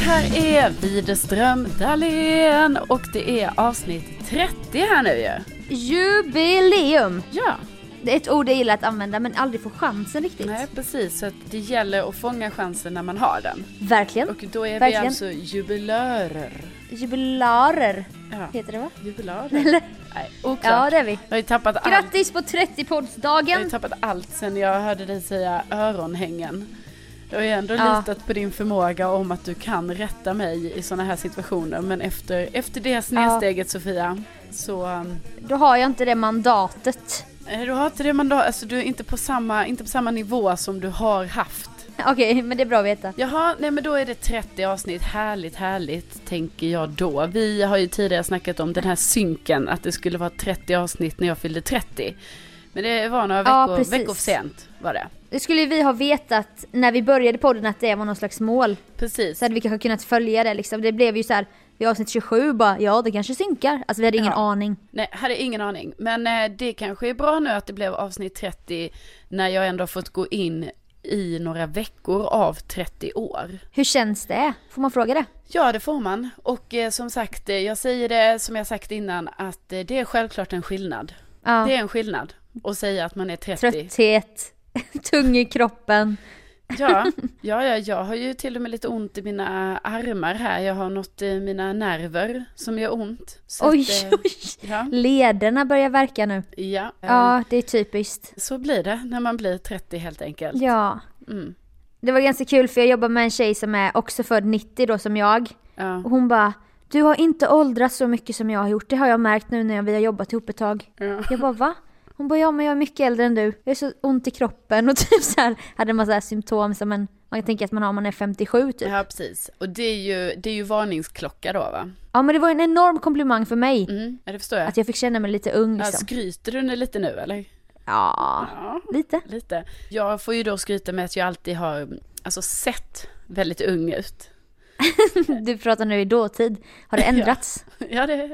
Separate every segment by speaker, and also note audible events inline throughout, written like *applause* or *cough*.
Speaker 1: här är Widerström Dahlén och det är avsnitt 30 här nu ju.
Speaker 2: Jubileum!
Speaker 1: Ja,
Speaker 2: Det är ett ord jag gillar att använda men aldrig får chansen riktigt.
Speaker 1: nej precis. Så att det gäller att fånga chansen när man har den.
Speaker 2: Verkligen.
Speaker 1: Och då är
Speaker 2: Verkligen.
Speaker 1: vi alltså jubilörer.
Speaker 2: Jubilarer
Speaker 1: Ja,
Speaker 2: heter det va?
Speaker 1: jubilörer.
Speaker 2: *laughs* Eller?
Speaker 1: Nej, oklart.
Speaker 2: Ja det är vi.
Speaker 1: Jag har ju tappat allt.
Speaker 2: Grattis på
Speaker 1: Jag har ju
Speaker 2: 30-poddsdagen!
Speaker 1: tappat allt sen jag hörde dig säga öronhängen. Jag har ju ändå
Speaker 2: Ja.
Speaker 1: litat på din förmåga om att du kan rätta mig i sådana här situationer. Men efter, efter det snedsteget Sofia, så... um,
Speaker 2: Då har jag inte det mandatet. *laughs*
Speaker 1: eh, Du har inte det mandat, alltså du är inte på, samma, inte på samma nivå som du har haft.
Speaker 2: Okej, men det är bra att veta.
Speaker 1: Jaha, nej men då är det 30 avsnitt, härligt härligt tänker jag då. Vi har ju tidigare snackat om den här synken, att det skulle vara 30 avsnitt när jag fyllde 30. Men det var några
Speaker 2: Ja,
Speaker 1: veckor,
Speaker 2: precis.
Speaker 1: veckor för sent var det.
Speaker 2: Det skulle ju vi ha vetat när vi började podden att det var någon slags mål.
Speaker 1: Precis.
Speaker 2: Så hade vi kanske kunnat följa det liksom. Det blev ju så här, vid avsnitt 27 bara, ja det kanske synkar. Alltså vi hade ingen
Speaker 1: Ja.
Speaker 2: aning.
Speaker 1: Nej, hade ingen aning. Men eh, det kanske är bra nu att det blev avsnitt 30 när jag ändå har fått gå in i några veckor av 30 år.
Speaker 2: Hur känns det? Får man fråga det?
Speaker 1: Ja, det får man. Och eh, som sagt, eh, jag säger det som jag sagt innan att eh, det är självklart en skillnad.
Speaker 2: Ja.
Speaker 1: Det är en skillnad att säga att man är 30.
Speaker 2: Trötthet, *laughs* tung i kroppen. *laughs*
Speaker 1: Ja, ja, ja, jag har ju till och med lite ont i mina armar här. Jag har något i mina nerver som gör ont. Så
Speaker 2: Oj,
Speaker 1: att, eh,
Speaker 2: oj.
Speaker 1: Ja,
Speaker 2: Lederna börjar verka nu.
Speaker 1: ja.
Speaker 2: *laughs*
Speaker 1: eh,
Speaker 2: Ja, det är typiskt.
Speaker 1: Så blir det när man blir 30 helt enkelt.
Speaker 2: Ja.
Speaker 1: Mm.
Speaker 2: Det var ganska kul för jag jobbar med en tjej som är också född 90 då som jag.
Speaker 1: Ja.
Speaker 2: Och hon bara, du har inte åldrats så mycket som jag har gjort. Det har jag märkt nu när vi har jobbat ihop ett tag.
Speaker 1: Ja.
Speaker 2: Jag bara, va? Hon bara, ja men jag är mycket äldre än du. Jag är så ont i kroppen och typ så här, hade en massa här symptom som en, man kan tänka att man har om man är 57 typ.
Speaker 1: Ja, precis. Och det är ju, det är ju varningsklocka då, va?
Speaker 2: Ja men det var en enorm komplimang för mig.
Speaker 1: Mm, ja, det förstår jag.
Speaker 2: Att jag fick känna mig lite ung
Speaker 1: Ja,
Speaker 2: liksom.
Speaker 1: skryter du lite nu, eller?
Speaker 2: Ja,
Speaker 1: Ja,
Speaker 2: lite. *laughs*
Speaker 1: lite. Jag får ju då skryta med att jag alltid har, alltså sett väldigt ung ut. *laughs*
Speaker 2: Du pratar nu i dåtid. Har det ändrats?
Speaker 1: Ja, det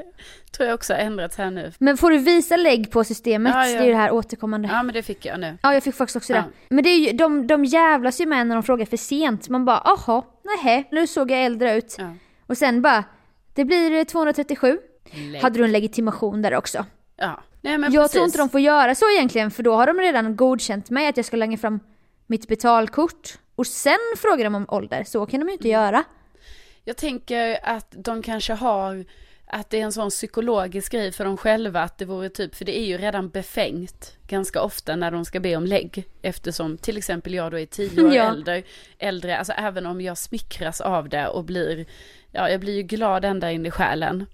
Speaker 1: tror jag också har ändrats här nu.
Speaker 2: Men får du visa lägg på systemet?
Speaker 1: Ja, ja.
Speaker 2: Det är ju det här återkommande. Ja,
Speaker 1: Ja, men det fick jag nu.
Speaker 2: jag fick faktiskt också
Speaker 1: Ja.
Speaker 2: det. Men det är ju, de, de jävlas ju med när de frågar för sent. Man bara, aha, nej, nu såg jag äldre ut.
Speaker 1: Ja.
Speaker 2: Och sen bara, det blir 237.
Speaker 1: Lägg.
Speaker 2: Hade du en legitimation där också?
Speaker 1: Ja. Nej, men
Speaker 2: jag
Speaker 1: precis.
Speaker 2: tror inte de får göra så egentligen, för då har de redan godkänt mig att jag ska lägga fram mitt betalkort. Och sen frågar de om ålder, så kan de ju inte
Speaker 1: Mm.
Speaker 2: göra.
Speaker 1: Jag tänker att de kanske har, att det är en sån psykologisk grej för dem själva att det vore typ, för det är ju redan befängt ganska ofta när de ska be om lägg. Eftersom till exempel jag då är tio år
Speaker 2: *laughs* Ja.
Speaker 1: äldre, äldre, alltså även om jag smickras av det och blir, ja jag blir ju glad ända in i själen.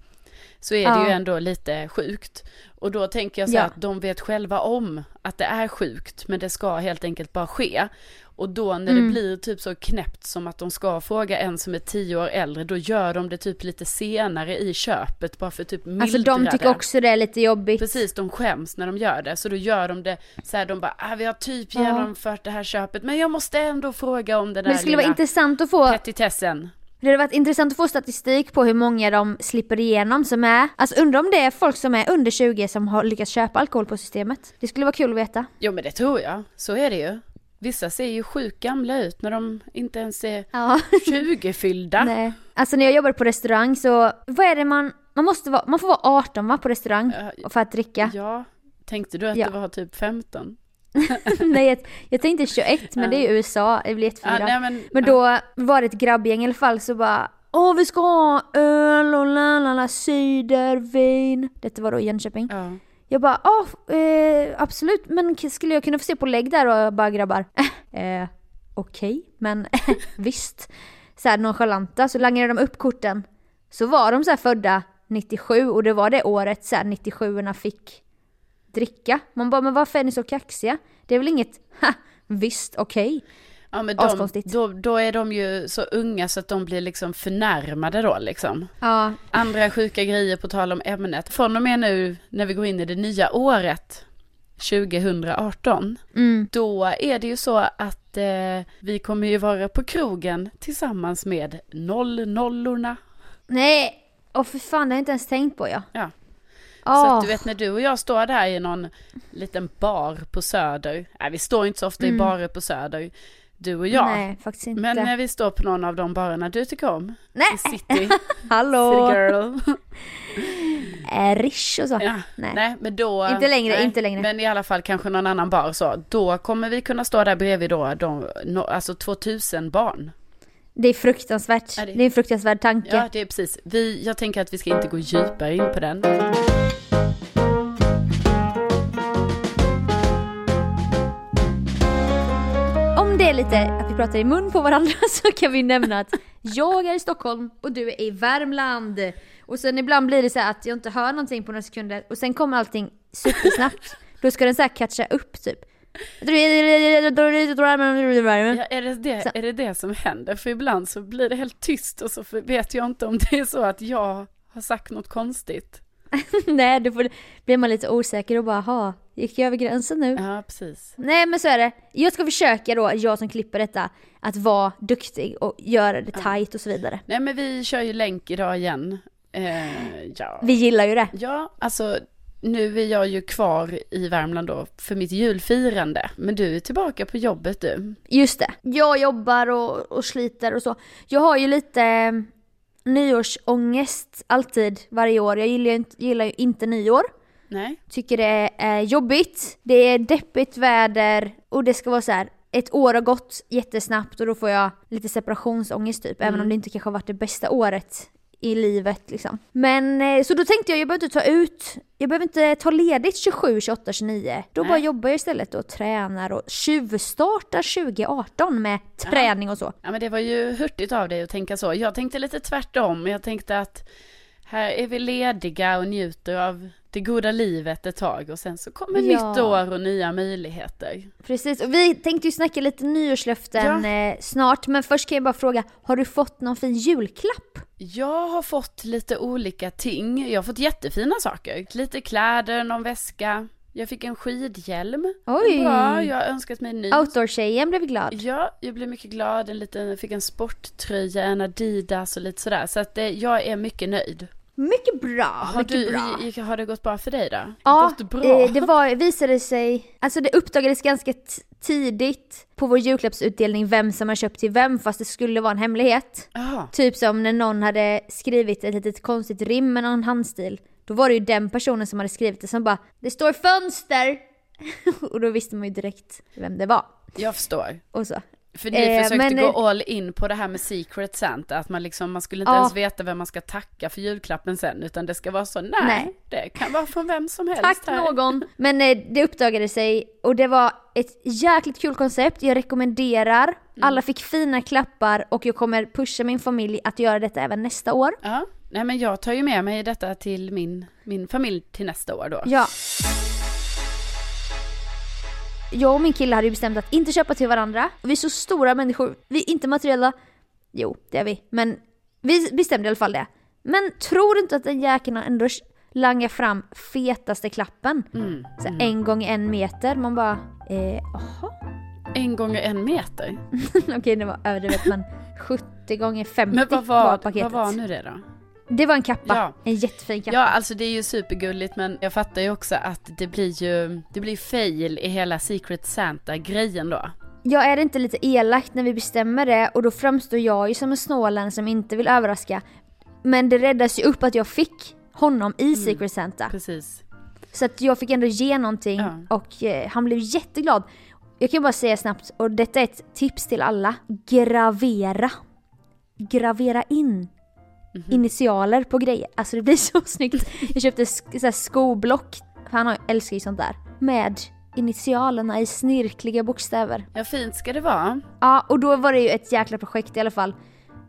Speaker 1: Så är det
Speaker 2: Ja.
Speaker 1: ju ändå lite sjukt. Och då tänker jag så
Speaker 2: Ja.
Speaker 1: här att de vet själva om att det är sjukt men det ska helt enkelt bara ske. Och då när
Speaker 2: Mm.
Speaker 1: det blir typ så knäppt som att de ska fråga en som är tio år äldre, då gör de det typ lite senare i köpet bara för att typ mildra
Speaker 2: Alltså de tycker
Speaker 1: det.
Speaker 2: också det är lite jobbigt.
Speaker 1: Precis, de skäms när de gör det. Så då gör de det så här, de bara, ah, vi har typ genomfört det här köpet men jag måste ändå fråga om det där
Speaker 2: Men det skulle
Speaker 1: lilla
Speaker 2: vara intressant att få
Speaker 1: petitessen.
Speaker 2: Det hade varit intressant att få statistik på hur många de slipper igenom som är, alltså undrar om det är folk som är under 20 som har lyckats köpa alkohol på systemet. Det skulle vara kul att veta.
Speaker 1: Jo men det tror jag, så är det ju. Vissa ser ju sjukt gamla ut när de inte ens är
Speaker 2: *laughs* Ja.
Speaker 1: 20-fyllda.
Speaker 2: Nej. Alltså när jag jobbade på restaurang så, vad är det man, man måste vara, man får vara 18 va på restaurang
Speaker 1: Ja.
Speaker 2: för att dricka?
Speaker 1: Ja, tänkte du att
Speaker 2: Ja.
Speaker 1: det var typ 15?
Speaker 2: *laughs* nej jag, jag tänkte 21 men det är ju USA, det blir
Speaker 1: Ja,
Speaker 2: jätteförvirrat.
Speaker 1: nej, men-
Speaker 2: men då var det ett grabbgäng i alla fall så bara Åh vi ska ha öl och lalala, cidervin. Detta var då i Jönköping.
Speaker 1: Ja.
Speaker 2: Jag bara, ja f- eh, absolut, men k- skulle jag kunna få se på lägg där? Och jag bara grabbar, *laughs* eh, okej, men *laughs* visst. Så här nonchalanta, så langade de upp korten. Så var de så här födda 97 och det var det året så här 97orna fick dricka. Man bara, men varför är ni så kaxiga? Det är väl inget, *laughs* ha, visst, okej.
Speaker 1: Ja men de,
Speaker 2: Askonstigt.
Speaker 1: då, då är de ju så unga så att de blir liksom förnärmade då liksom.
Speaker 2: Ja,
Speaker 1: Andra sjuka grejer på tal om ämnet. Från och med nu när vi går in i det nya året 2018.
Speaker 2: mm.
Speaker 1: Då är det ju så att eh, vi kommer ju vara på krogen tillsammans med 00orna.
Speaker 2: Nej, åh för fan, det har jag inte ens tänkt på ja.
Speaker 1: Ja. Så
Speaker 2: Ah,
Speaker 1: att du vet när du och jag står där i någon liten bar på Söder. Nej vi står ju inte så ofta i barer på Söder. du och jag.
Speaker 2: Mm. Nej, faktiskt inte.
Speaker 1: Men eh, när vi står på någon av de barerna du tycker om i
Speaker 2: Nej, *laughs*
Speaker 1: city,
Speaker 2: hallå!
Speaker 1: city
Speaker 2: *laughs*
Speaker 1: girl.
Speaker 2: Eh, Rish och så.
Speaker 1: Ja. Nej.
Speaker 2: Nej.
Speaker 1: men då.
Speaker 2: Inte längre, inte längre.
Speaker 1: Men i alla fall kanske någon annan bar så. Då kommer vi kunna stå där bredvid då, de, no, alltså 2000 barn.
Speaker 2: Det är fruktansvärt.
Speaker 1: Ja, det-
Speaker 2: det... är en fruktansvärd tanke.
Speaker 1: Ja, det är precis. Vi, jag tänker att vi ska inte gå djupare in på den.
Speaker 2: Om det är lite att vi pratar i mun på varandra *laughs* så kan vi nämna att jag är i Stockholm och du är i Värmland. Och sen ibland blir det så här att jag inte hör någonting på några sekunder och sen kommer allting
Speaker 1: *laughs*
Speaker 2: supersnabbt. Då ska den så här catcha upp typ. *laughs*
Speaker 1: Ja, är, det det, är det det som händer? För ibland så blir det helt tyst och så för- vet jag inte om det är så att jag har sagt något konstigt.
Speaker 2: Nej, då får, blir man lite osäker och bara ha, gick jag över gränsen nu?
Speaker 1: Ja, precis.
Speaker 2: Nej men så är det. Jag ska försöka då, jag som klipper detta, att vara duktig och göra det tight och så vidare.
Speaker 1: Nej, men vi kör ju länk idag igen. Eh, ja.
Speaker 2: Vi gillar ju det.
Speaker 1: ja, alltså nu är jag ju kvar i Värmland då för mitt julfirande. Men du är tillbaka på jobbet du.
Speaker 2: Just det. Jag jobbar och, och sliter och så. Jag har ju lite eh, nyårsångest alltid varje år. Jag gillar ju inte, gillar ju inte nyår.
Speaker 1: Nej,
Speaker 2: Tycker det är jobbigt. Det är deppigt väder och det ska vara så här. Ett år har gått jättesnabbt och då får jag lite separationsångest typ. Även om
Speaker 1: Mm.
Speaker 2: det inte kanske har varit det bästa året i livet liksom. Men eh, så då tänkte jag, jag behöver inte ta ut, jag behöver inte ta ledigt 27, 28, 29. Då bara
Speaker 1: Nej.
Speaker 2: jobbar jag istället och tränar och tjuvstartar 2018 med träning och så.
Speaker 1: ja men det var ju hurtigt av dig att tänka så. Jag tänkte lite tvärtom. Jag tänkte att här är vi lediga och njuter av det goda livet ett tag och sen så kommer
Speaker 2: Ja.
Speaker 1: nytt år och nya möjligheter.
Speaker 2: Precis, och vi tänkte ju snacka lite nyårslöften eh, snart. Men först kan jag bara fråga, har du fått någon fin julklapp?
Speaker 1: Jag har fått lite olika ting. Jag har fått jättefina saker. Lite kläder, någon väska. Jag fick en skidhjälm.
Speaker 2: Oj!
Speaker 1: Bra, jag har önskat mig en ny.
Speaker 2: Outdoor-tjejen blev glad.
Speaker 1: Ja, jag blev mycket glad. En liten, fick en sporttröja, en Adidas och lite sådär. Så att det, jag är mycket nöjd.
Speaker 2: Mycket bra,
Speaker 1: Har,
Speaker 2: mycket
Speaker 1: du,
Speaker 2: bra.
Speaker 1: gick- har det gått bra för dig då?
Speaker 2: Ja,
Speaker 1: gått bra?
Speaker 2: eh, det var, visade sig, alltså det uppdagades ganska t- tidigt på vår julklappsutdelning vem som har köpt till vem fast det skulle vara en hemlighet.
Speaker 1: Jaha.
Speaker 2: Typ som när någon hade skrivit ett litet konstigt rim med någon handstil. Då var det ju den personen som hade skrivit det som bara “Det står fönster!” *laughs* och då visste man ju direkt vem det var.
Speaker 1: jag förstår.
Speaker 2: Och så.
Speaker 1: För ni
Speaker 2: Eh,
Speaker 1: försökte
Speaker 2: men-
Speaker 1: gå all in på det här med Secret Santa, att man liksom, man skulle inte
Speaker 2: Ja.
Speaker 1: ens veta vem man ska tacka för julklappen sen, utan det ska vara så, nej,
Speaker 2: Nej.
Speaker 1: det kan vara från vem som helst
Speaker 2: *laughs* Tack
Speaker 1: här.
Speaker 2: någon! Men eh, det uppdagade sig och det var ett jäkligt kul koncept. Jag rekommenderar. Alla fick fina klappar och jag kommer pusha min familj att göra detta även nästa år.
Speaker 1: Ja, nej men jag tar ju med mig detta till min, min familj till nästa år då.
Speaker 2: Ja. Jag och min kille hade ju bestämt att inte köpa till varandra. Vi är så stora människor. Vi är inte materiella. Jo, det är vi. Men vi bestämde i alla fall det. Men tror du inte att den jäkeln har ändå langar fram fetaste klappen?
Speaker 1: Mm.
Speaker 2: Så här, en gång en meter. Man bara, eh, aha.
Speaker 1: En gånger en meter.
Speaker 2: Mm. Okej, det var överdrivet men 70 gånger 50
Speaker 1: Men vad
Speaker 2: var
Speaker 1: var, vad
Speaker 2: paketet.
Speaker 1: var nu det då?
Speaker 2: Det var en kappa.
Speaker 1: Ja.
Speaker 2: En jättefin kappa.
Speaker 1: Ja, alltså det är ju supergulligt men jag fattar ju också att det blir ju, det blir fail i hela Secret Santa-grejen då.
Speaker 2: Jag är det inte lite elakt när vi bestämmer det och då framstår jag ju som en snålen som inte vill överraska. Men det räddas ju upp att jag fick honom
Speaker 1: Mm.
Speaker 2: i Secret Santa.
Speaker 1: Precis.
Speaker 2: Så att jag fick ändå ge någonting
Speaker 1: Ja.
Speaker 2: och eh, han blev jätteglad. Jag kan bara säga snabbt, och detta är ett tips till alla. Gravera. Gravera in initialer på grejer. Alltså det blir så *laughs* snyggt. Jag köpte sk- så här skoblock, för han har- älskar ju sånt där. Med initialerna i snirkliga bokstäver.
Speaker 1: Ja, fint ska det vara.
Speaker 2: Ja, och då var det ju ett jäkla projekt i alla fall.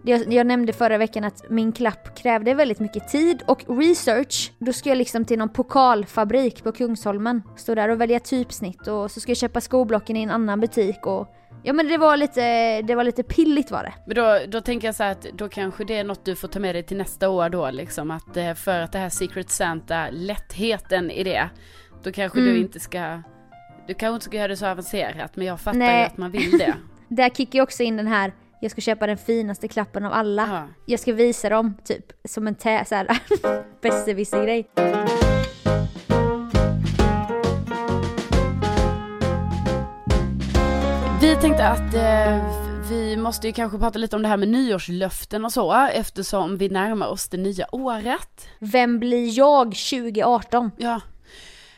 Speaker 2: Jag, jag nämnde förra veckan att min klapp krävde väldigt mycket tid och research. Då ska jag liksom till någon pokalfabrik på Kungsholmen. Stå där och välja typsnitt och så ska jag köpa skoblocken i en annan butik och... Ja men det var lite, det var lite pilligt var det.
Speaker 1: Men då, då tänker jag så här att då kanske det är något du får ta med dig till nästa år då liksom att eh, för att det här Secret Santa, lättheten i det, då kanske du inte ska, du kanske inte ska göra det så avancerat men jag fattar ju
Speaker 2: Nej.
Speaker 1: att man vill det.
Speaker 2: Där kickar jag också in den här, jag ska köpa den finaste klappen av alla.
Speaker 1: Ja.
Speaker 2: Jag ska visa dem, typ, som en tä- så här, *laughs* besserwisser-grej.
Speaker 1: Vi Jag tänkte att eh, vi måste ju kanske prata lite om det här med nyårslöften och så eftersom vi närmar oss det nya året.
Speaker 2: Vem blir jag 2018?
Speaker 1: Ja.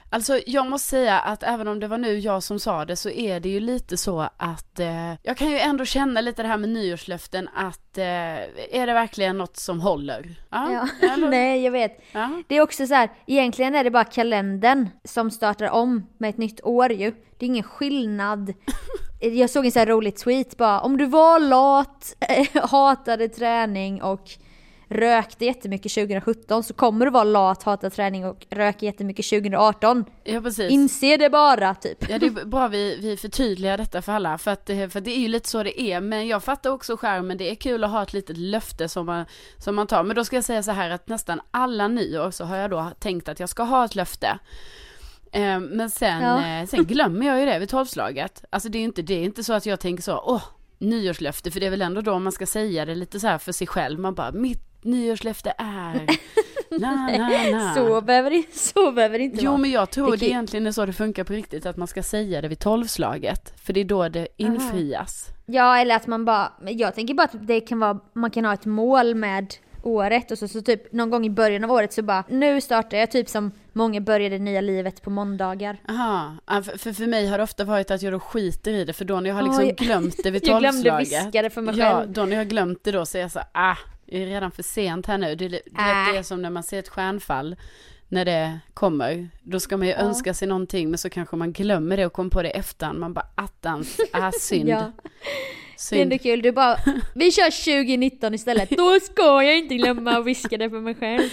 Speaker 1: Alltså jag måste säga att även om det var nu jag som sa det så är det ju lite så att eh, jag kan ju ändå känna lite det här med nyårslöften att eh, är det verkligen något som håller?
Speaker 2: Ja.
Speaker 1: eller?
Speaker 2: *laughs* Nej, jag vet.
Speaker 1: ja.
Speaker 2: Det är också så här, egentligen är det bara kalendern som startar om med ett nytt år ju. Det är ingen skillnad. Jag såg en så här rolig tweet bara, om du var lat, *laughs* hatade träning och rökte jättemycket 2017 så kommer du vara lat, hata träning och röka jättemycket 2018.
Speaker 1: ja precis.
Speaker 2: Inse det bara
Speaker 1: *laughs*
Speaker 2: typ.
Speaker 1: Ja det är bra vi, vi förtydligar detta för alla för att, eh, för det är ju lite så det är men jag fattar också skärmen det är kul att ha ett litet löfte som man, som man tar men då ska jag säga så här att nästan alla nyår så har jag då tänkt att jag ska ha ett löfte. Eh, Men sen,
Speaker 2: Ja.
Speaker 1: eh, sen glömmer jag ju det vid tolvslaget. Alltså det är ju inte, det är inte så att jag tänker så, åh, nyårslöfte, för det är väl ändå då man ska säga det lite så här för sig själv, man bara, mitt nyårslöfte
Speaker 2: *laughs*
Speaker 1: är, na, na, na.
Speaker 2: Så behöver det, *laughs* så behöver det inte
Speaker 1: Jo
Speaker 2: vara.
Speaker 1: men jag tror
Speaker 2: Det
Speaker 1: det,
Speaker 2: kan-
Speaker 1: egentligen är så det funkar på riktigt, att man ska säga det vid tolvslaget. För det är då det infrias.
Speaker 2: Ja eller att man bara, men jag tänker bara att det kan vara, man kan ha ett mål med året och så, så typ någon gång i början av året så bara nu startar jag typ som många började det nya livet på måndagar.
Speaker 1: Aha. Ja, för- För, för mig har det ofta varit att jag då skiter i det, för då när jag har liksom
Speaker 2: Oj.
Speaker 1: glömt *laughs* det vid
Speaker 2: Jag glömde
Speaker 1: tolvslaget.
Speaker 2: viska det för mig
Speaker 1: Ja,
Speaker 2: själv.
Speaker 1: då när jag har glömt det då så är jag så här, ah, det är redan för sent här nu. Det, är li- du vet, det är
Speaker 2: Äh.
Speaker 1: som när man ser ett stjärnfall, när det kommer. Då ska man ju önska sig någonting, men så kanske man glömmer det och kommer på det i efterhand. Man bara, attans, ah, *laughs* synd.
Speaker 2: Ja. Det är
Speaker 1: synd.
Speaker 2: ändå kul,
Speaker 1: *laughs*
Speaker 2: du bara vi kör 2019 istället. Då ska jag inte glömma att viska det för
Speaker 1: *laughs*
Speaker 2: mig själv.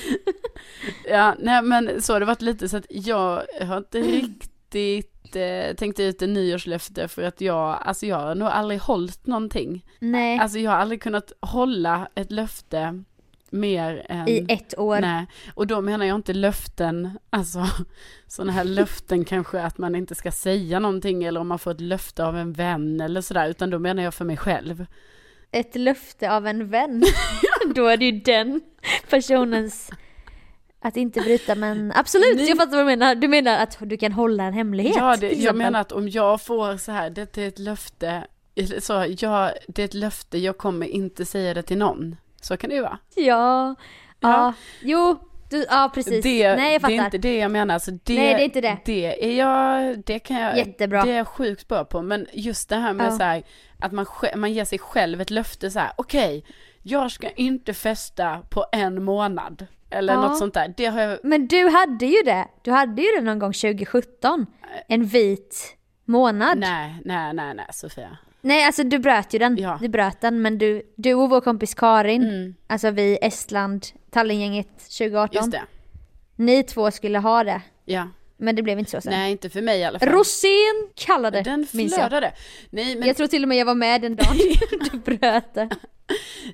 Speaker 1: Ja, nej men så har det varit lite så att jag har inte
Speaker 2: Mm.
Speaker 1: riktigt eh, tänkt ut en nyårslöfte för att jag, alltså jag har nog aldrig hållit någonting.
Speaker 2: Nej,
Speaker 1: Alltså jag har aldrig kunnat hålla ett löfte mer än...
Speaker 2: i ett år.
Speaker 1: Nej, och då menar jag inte löften, alltså *laughs* sådana här löften kanske att man inte ska säga någonting eller om man får ett löfte av en vän eller sådär, utan då menar jag för mig själv.
Speaker 2: Ett löfte av
Speaker 1: *laughs*
Speaker 2: en vän. Då är det ju den personens att inte bryta men absolut jag fattar vad du menar. Du menar att du kan hålla en hemlighet?
Speaker 1: Ja, det,
Speaker 2: till
Speaker 1: jag
Speaker 2: exempel.
Speaker 1: menar att om jag får så här, det är ett löfte, eller så, ja, det är ett löfte, jag kommer inte säga det till någon. Så kan det ju vara.
Speaker 2: Ja. Ja.
Speaker 1: Ja.
Speaker 2: Jo. Du, ja precis.
Speaker 1: Det,
Speaker 2: Nej jag fattar.
Speaker 1: det är inte det jag menar. Alltså det,
Speaker 2: Nej, det är inte det.
Speaker 1: Det är jag, det kan jag,
Speaker 2: Jättebra.
Speaker 1: det är jag sjukt bra på. Men just det här med
Speaker 2: Ja.
Speaker 1: så här, att man, sj- man ger sig själv ett löfte så här, okej, jag ska inte festa på en månad. Eller
Speaker 2: Ja.
Speaker 1: något sånt där. Det har jag,
Speaker 2: Men du hade ju det. Du hade ju det någon gång 2017. En vit månad. Nej,
Speaker 1: nej, nej, nej, nej Sofia.
Speaker 2: alltså du bröt ju den.
Speaker 1: Ja. Mm.
Speaker 2: Du bröt den men du, du och vår kompis Karin, alltså vi Estland, Tallingänget 2018.
Speaker 1: Just det.
Speaker 2: Ni två skulle ha det.
Speaker 1: Ja.
Speaker 2: Men det blev inte så sen.
Speaker 1: Nej, inte för mig i alla fall.
Speaker 2: Rosén kallade
Speaker 1: Den
Speaker 2: minns jag.
Speaker 1: flödade. Nej men,
Speaker 2: Jag tror till och med jag var med
Speaker 1: *laughs*
Speaker 2: den dagen du bröt det.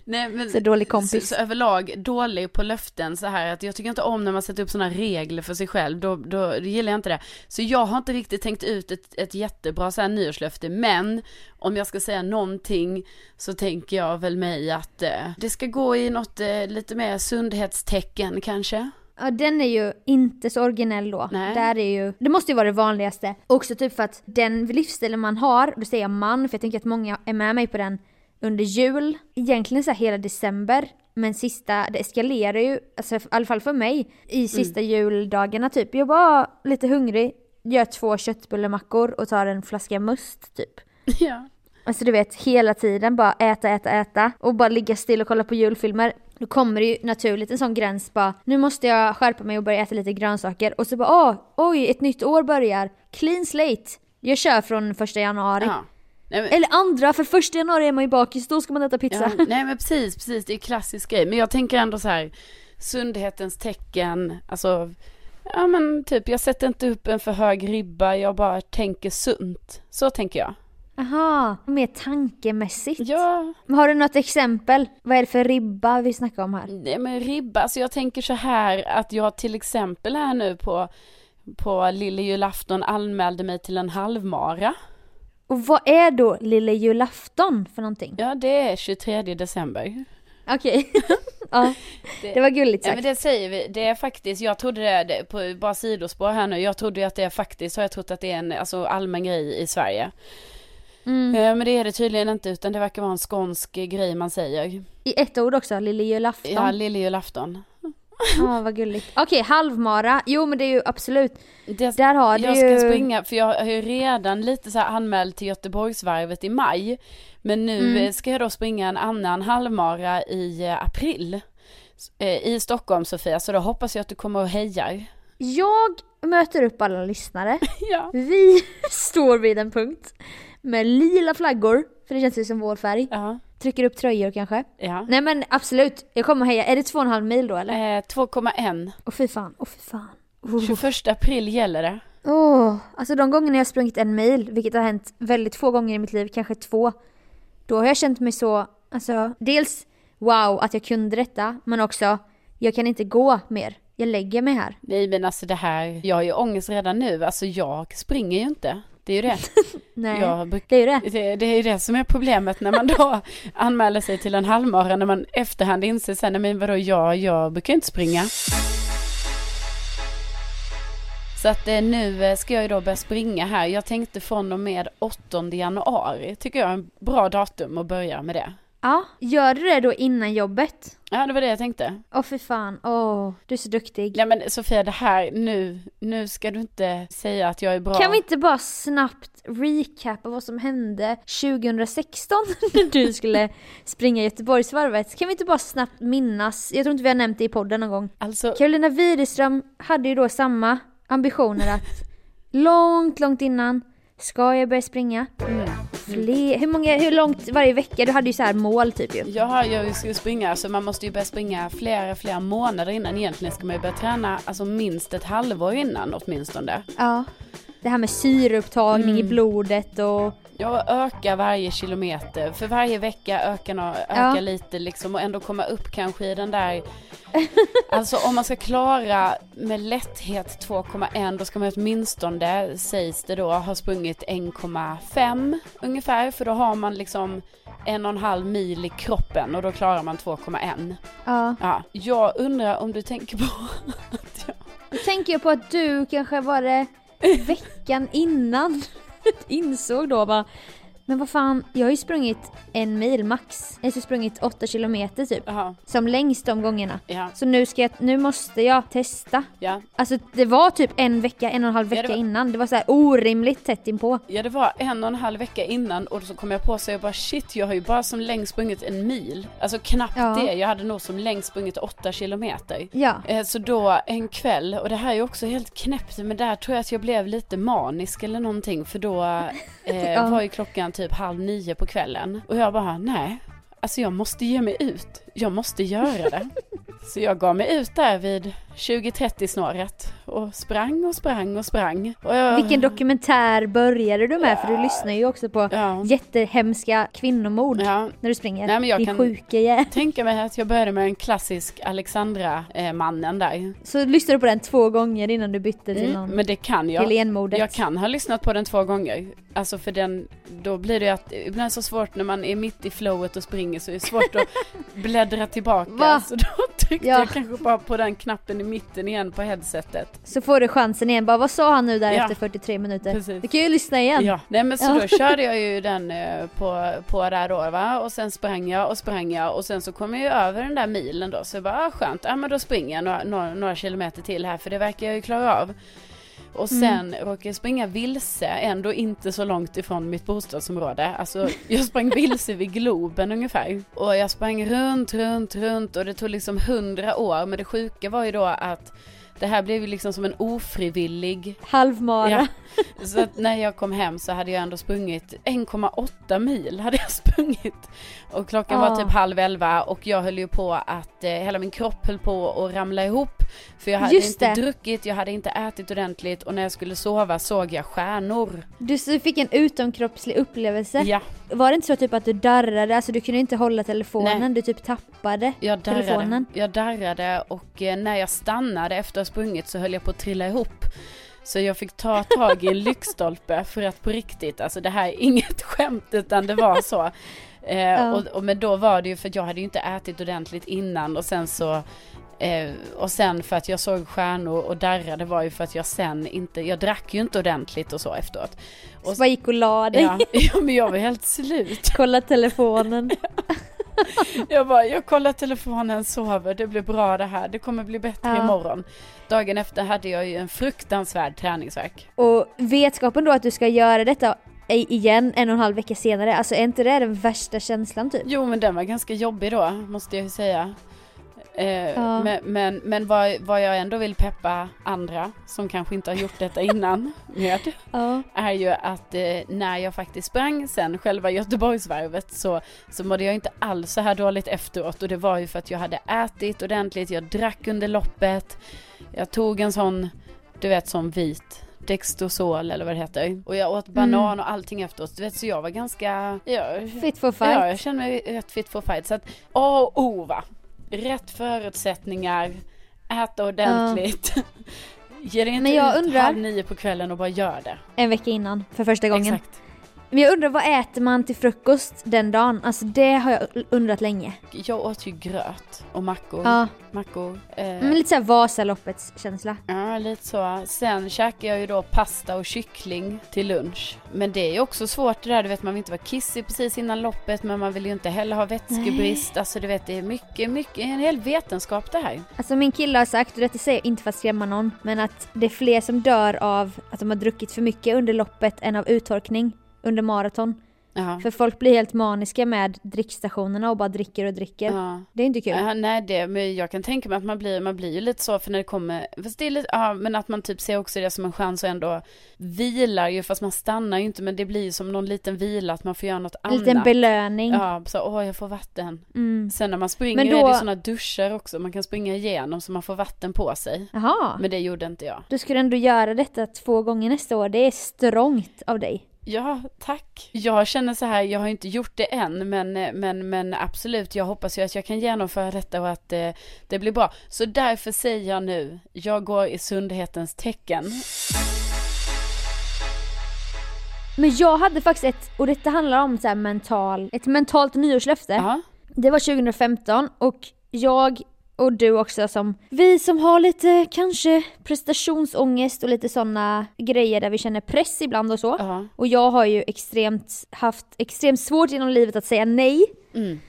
Speaker 1: nej, men
Speaker 2: Så dålig kompis.
Speaker 1: Så, så överlag dålig på löften så här att jag tycker inte om när man sätter upp sådana regler för sig själv. Då, då gillar jag inte det. Så jag har inte riktigt tänkt ut ett, ett jättebra så här nyårslöfte. Men om jag ska säga någonting så tänker jag väl mig att eh, det ska gå i något eh, lite mer sundhetstecken kanske.
Speaker 2: Ja den är ju inte så originell då.
Speaker 1: Nej.
Speaker 2: Där är ju, det måste ju vara det vanligaste. Också typ för att den livsstilen man har, då säger jag man för jag tänker att många är med mig på den under jul. Egentligen så här hela december. Men sista, det eskalerar ju, alltså i alla fall för mig,
Speaker 1: Mm.
Speaker 2: i sista juldagarna typ. Jag var lite hungrig, gör två köttbullemackor och tar en flaska must typ.
Speaker 1: Ja.
Speaker 2: Alltså du vet, hela tiden bara äta, äta, äta och bara ligga still och kolla på julfilmer. Då kommer det ju naturligt en sån gräns bara, nu måste jag skärpa mig och börja äta lite grönsaker. Och så bara, åh, oj, ett nytt år börjar. Clean slate. Jag kör från första januari.
Speaker 1: ja. Nej, men-
Speaker 2: Eller andra, för första januari är man ju bakis, då ska man äta pizza.
Speaker 1: Ja, nej men precis, precis, det är klassisk grej. Men jag tänker ändå så här, sundhetens tecken, alltså, ja men typ, jag sätter inte upp en för hög ribba, jag bara tänker sunt. Så tänker jag.
Speaker 2: Aha, mer tankemässigt.
Speaker 1: Ja,
Speaker 2: Men Har du något exempel? Vad är det för ribba vi snackar om här?
Speaker 1: nej men ribba, alltså jag tänker så här att jag till exempel här nu på, på lille julafton anmälde mig till en halvmara.
Speaker 2: Och vad är då lille julafton för någonting?
Speaker 1: Ja, det är 23 december.
Speaker 2: Okej. *laughs* ja, det var gulligt
Speaker 1: Ja,
Speaker 2: sagt.
Speaker 1: men det säger vi, det är faktiskt, jag trodde det, det på bara sidospår här nu, jag trodde ju att det är faktiskt, har jag trott att det är en alltså, allmän grej i Sverige.
Speaker 2: Mm.
Speaker 1: Eh, Men det är det tydligen inte utan det verkar vara en skånsk grej man säger.
Speaker 2: I ett ord också, lille julafton.
Speaker 1: Ja,
Speaker 2: Ja,
Speaker 1: lilljulafton.
Speaker 2: vad gulligt. Okej, halvmara. Jo men det är ju absolut.
Speaker 1: Det,
Speaker 2: Där har du
Speaker 1: jag ska
Speaker 2: ju...
Speaker 1: springa, för jag har ju redan lite så här anmält till Göteborgsvarvet i maj. Men nu
Speaker 2: Mm.
Speaker 1: eh, ska jag då springa en annan halvmara i eh, april. S- eh, I Stockholm Sofia, så då hoppas jag att du kommer och hejar.
Speaker 2: Jag möter upp alla lyssnare.
Speaker 1: Ja.
Speaker 2: Vi *laughs* står vid en punkt med lila flaggor, för det känns ju som vår färg.
Speaker 1: Ja.
Speaker 2: Trycker upp tröjor kanske.
Speaker 1: ja.
Speaker 2: Nej men absolut, jag kommer heja. Är det två och en halv mil då eller? Åh
Speaker 1: Eh, 2,1.
Speaker 2: fy fan, åh fy fan. Åh,
Speaker 1: 21 april gäller det.
Speaker 2: Åh, alltså de gångerna jag har sprungit en mil, vilket har hänt väldigt få gånger i mitt liv, kanske två. Då har jag känt mig så, alltså dels wow att jag kunde detta, men också jag kan inte gå mer. Jag lägger mig här.
Speaker 1: Nej men alltså det här, jag har ju ångest redan nu. Alltså jag springer ju inte. Det är ju det.
Speaker 2: Nej,
Speaker 1: Jag bruk-
Speaker 2: det är ju det.
Speaker 1: Det, det är ju det som är problemet när man då *laughs* anmäler sig till en halvmara när man efterhand inser sen, nej men vadå jag, jag brukar inte springa. Så att eh, nu eh, ska jag ju då börja springa här. Jag tänkte från och med 8 januari, tycker jag är en bra datum att börja med det.
Speaker 2: Ja, gör du det då innan jobbet?
Speaker 1: Ja, det var det jag tänkte.
Speaker 2: Åh fy fan, åh, du är så duktig.
Speaker 1: Nej men Sofia, det här, nu, nu ska du inte säga att jag är bra.
Speaker 2: Kan vi inte bara snabbt recapa vad som hände 2016 *laughs* när du skulle springa Göteborgsvarvet? Kan vi inte bara snabbt minnas? Jag tror inte vi har nämnt det i podden någon gång.
Speaker 1: Alltså,
Speaker 2: Karolina Widerström hade ju då samma ambitioner att långt, långt innan ska jag börja springa?
Speaker 1: mm.
Speaker 2: Fler, hur, många, hur långt varje vecka? Du hade ju så här mål typ ju.
Speaker 1: Ja, jag ska ju springa, så man måste ju börja springa flera, flera månader innan. Egentligen ska man ju börja träna alltså minst ett halvår innan åtminstone.
Speaker 2: Ja. Det här med syreupptagning i
Speaker 1: Mm.
Speaker 2: blodet och
Speaker 1: Jag ökar varje kilometer, för varje vecka ökar, nå- ökar
Speaker 2: Ja.
Speaker 1: lite liksom och ändå komma upp kanske i den där, alltså om man ska klara med lätthet 2,1 då ska man åtminstone, sägs det då, ha sprungit 1,5 ungefär, för då har man liksom en och en halv mil i kroppen och då klarar man 2,1.
Speaker 2: ja.
Speaker 1: Ja, jag undrar om du tänker på att jag...
Speaker 2: Då tänker jag på att du kanske var det veckan innan insåg då bara Men vad fan, jag har ju sprungit en mil max. Jag har ju sprungit åtta kilometer typ.
Speaker 1: Jaha,
Speaker 2: Som längst de gångerna.
Speaker 1: ja,
Speaker 2: Så nu ska jag, nu måste jag testa.
Speaker 1: ja.
Speaker 2: Alltså det var typ en vecka, en och en halv
Speaker 1: Ja, det
Speaker 2: vecka
Speaker 1: var-
Speaker 2: innan. Det var så här orimligt tätt inpå.
Speaker 1: Ja det var en och en halv vecka innan och så kom jag på så jag bara shit jag har ju bara som längst sprungit en mil. Alltså knappt
Speaker 2: Ja.
Speaker 1: det, jag hade nog som längst sprungit åtta kilometer.
Speaker 2: Ja.
Speaker 1: Eh, Så då en kväll, och det här är ju också helt knäppt men där tror jag att jag blev lite manisk eller någonting för
Speaker 2: *laughs*
Speaker 1: då eh,
Speaker 2: Ja.
Speaker 1: var ju klockan typ halv nio på kvällen och jag bara nej, alltså jag måste ge mig ut, jag måste göra
Speaker 2: *laughs*
Speaker 1: det. Så jag gav mig ut där vid 20-30 snåret och sprang och sprang och sprang. Och jag,
Speaker 2: Vilken dokumentär började du med? För du lyssnar ju också på
Speaker 1: Ah. Ja.
Speaker 2: jättehemska kvinnomord
Speaker 1: Ja,
Speaker 2: när du springer.
Speaker 1: Nej, men jag
Speaker 2: Din
Speaker 1: kan-
Speaker 2: sjuke jä-
Speaker 1: tänka mig att jag började med en klassisk Alexandra-mannen där.
Speaker 2: Så lyssnade du på den två gånger innan du bytte till
Speaker 1: Mm,
Speaker 2: någon
Speaker 1: men det kan jag.
Speaker 2: Helénmodet.
Speaker 1: Jag kan ha lyssnat på den två gånger. Alltså för den, då blir det ju att, ibland så svårt när man är mitt i flowet och springer så är det svårt
Speaker 2: *laughs*
Speaker 1: att bläddra tillbaka.
Speaker 2: Va?
Speaker 1: Så då tryckte
Speaker 2: Ja.
Speaker 1: jag kanske bara på den knappen i mitten igen på headsetet.
Speaker 2: Så får du chansen igen. Bara, vad sa han nu där
Speaker 1: Ja.
Speaker 2: efter 43 minuter?
Speaker 1: Precis.
Speaker 2: Du kan ju lyssna igen.
Speaker 1: Ja, nej men så
Speaker 2: Ja.
Speaker 1: då körde jag ju den eh, på, på där då va och sen sprang jag och sprang jag och sen så kom jag ju över den där milen då så jag bara ah, skönt, ja men då springer jag några, några, några kilometer till här för det verkar jag ju klara av. Och
Speaker 2: Mm.
Speaker 1: sen råkade jag springa vilse, ändå inte så långt ifrån mitt bostadsområde. Alltså jag sprang vilse vid Globen ungefär. Och jag sprang runt, runt, runt och det tog liksom hundra år. Men det sjuka var ju då att det här blev ju liksom som en ofrivillig
Speaker 2: Halvmara.
Speaker 1: Ja. *laughs* Så att när jag kom hem så hade jag ändå sprungit 1,8 mil hade jag *laughs* sprungit. Och klockan
Speaker 2: Ah.
Speaker 1: var typ halv elva och jag höll ju på att, eh, hela min kropp höll på att ramla ihop. För jag hade
Speaker 2: Just
Speaker 1: inte
Speaker 2: det.
Speaker 1: druckit, jag hade inte ätit ordentligt och när jag skulle sova såg jag stjärnor.
Speaker 2: Du så fick en utomkroppslig upplevelse.
Speaker 1: Ja,
Speaker 2: Var det inte så typ att du darrade, alltså du kunde inte hålla telefonen,
Speaker 1: Nej.
Speaker 2: du typ tappade?
Speaker 1: jag darrade.
Speaker 2: Telefonen.
Speaker 1: Jag darrade och eh, när jag stannade efter att ha sprungit så höll jag på att trilla ihop. Så jag fick ta tag
Speaker 2: *laughs*
Speaker 1: i en lyktstolpe för att på riktigt, alltså det här är inget *laughs* skämt utan det var så. Eh,
Speaker 2: Ja.
Speaker 1: och, och men då var det ju för att jag hade ju inte ätit ordentligt innan och sen så Eh, och sen för att jag såg stjärnor och darrade var ju för att jag sen inte, jag drack ju inte ordentligt och så efteråt.
Speaker 2: Och så bara gick och la dig,
Speaker 1: Ja, *laughs* ja men jag var helt slut.
Speaker 2: *laughs* kolla telefonen.
Speaker 1: Jag bara, jag kollar telefonen, sover, det blir bra det här, det kommer bli bättre
Speaker 2: Ja.
Speaker 1: imorgon. Dagen efter hade jag ju en fruktansvärd träningsvärk.
Speaker 2: Och vetskapen då att du ska göra detta i- igen en och en halv vecka senare, alltså är inte det den värsta känslan typ?
Speaker 1: Jo men den var ganska jobbig då, måste jag ju säga. Eh,
Speaker 2: Ja.
Speaker 1: Men, men, men vad, vad jag ändå vill peppa andra som kanske inte har gjort detta innan med
Speaker 2: Ja.
Speaker 1: är ju att eh, när jag faktiskt sprang sen själva Göteborgsvarvet så, så mådde jag inte alls så här dåligt efteråt och det var ju för att jag hade ätit ordentligt, jag drack under loppet, jag tog en sån, du vet sån vit Dextrosol eller vad det heter och jag åt banan och allting efteråt, du vet så jag var ganska, jag,
Speaker 2: Mm. Fit for fight.
Speaker 1: ja jag känner mig rätt fit for fight så att A och O va, rätt förutsättningar, äta ordentligt, *laughs* ge dig inte
Speaker 2: Men jag
Speaker 1: ut
Speaker 2: undrar-
Speaker 1: halv nio på kvällen och bara gör det.
Speaker 2: En vecka innan, för första gången.
Speaker 1: Exakt.
Speaker 2: Men jag undrar vad äter man till frukost den dagen? Alltså det har jag undrat länge.
Speaker 1: Jag åt ju gröt och mackor.
Speaker 2: Ja,
Speaker 1: mackor. Eh,
Speaker 2: men lite såhär Vasaloppets känsla.
Speaker 1: Ja, lite så. Sen käkade jag ju då pasta och kyckling till lunch. Men det är ju också svårt det där, du vet man vill inte vara kissig precis innan loppet men man vill ju inte heller ha vätskebrist. Alltså du vet det är mycket, mycket, en hel vetenskap det här.
Speaker 2: Alltså min kille har sagt, och detta säger jag inte för att skrämma någon, men att det är fler som dör av att de har druckit för mycket under loppet än av uttorkning under maraton.
Speaker 1: Ja.
Speaker 2: För folk blir helt maniska med drickstationerna och bara dricker och dricker.
Speaker 1: Ja.
Speaker 2: Det är inte kul.
Speaker 1: Ja, nej det, men jag kan tänka mig att man blir, man blir ju lite så för när det kommer, fast det är lite, ja men att man typ ser också det som en chans och ändå vilar ju fast man stannar ju inte men det blir ju som någon liten vila att man får göra något
Speaker 2: En
Speaker 1: annat.
Speaker 2: liten belöning.
Speaker 1: Ja, så åh jag får vatten.
Speaker 2: Mm.
Speaker 1: Sen när man springer
Speaker 2: Men då-
Speaker 1: är det sådana duschar också, man kan springa igenom så man får vatten på sig.
Speaker 2: Jaha.
Speaker 1: Men det gjorde inte jag.
Speaker 2: Du skulle ändå göra detta två gånger nästa år. Det är strångt av dig.
Speaker 1: Ja, tack. Jag känner så här, jag har inte gjort det än, men, men, men absolut, jag hoppas ju att jag kan genomföra detta och att eh, det blir bra. Så därför säger jag nu, jag går i sundhetens tecken.
Speaker 2: Men jag hade faktiskt ett, och detta handlar om så här mental, ett mentalt nyårslöfte.
Speaker 1: Ja,
Speaker 2: Det var 2015 och jag och du också som, vi som har lite kanske prestationsångest och lite sådana grejer där vi känner press ibland och så.
Speaker 1: ja,
Speaker 2: Och jag har ju extremt haft extremt svårt genom livet att säga nej.
Speaker 1: mm,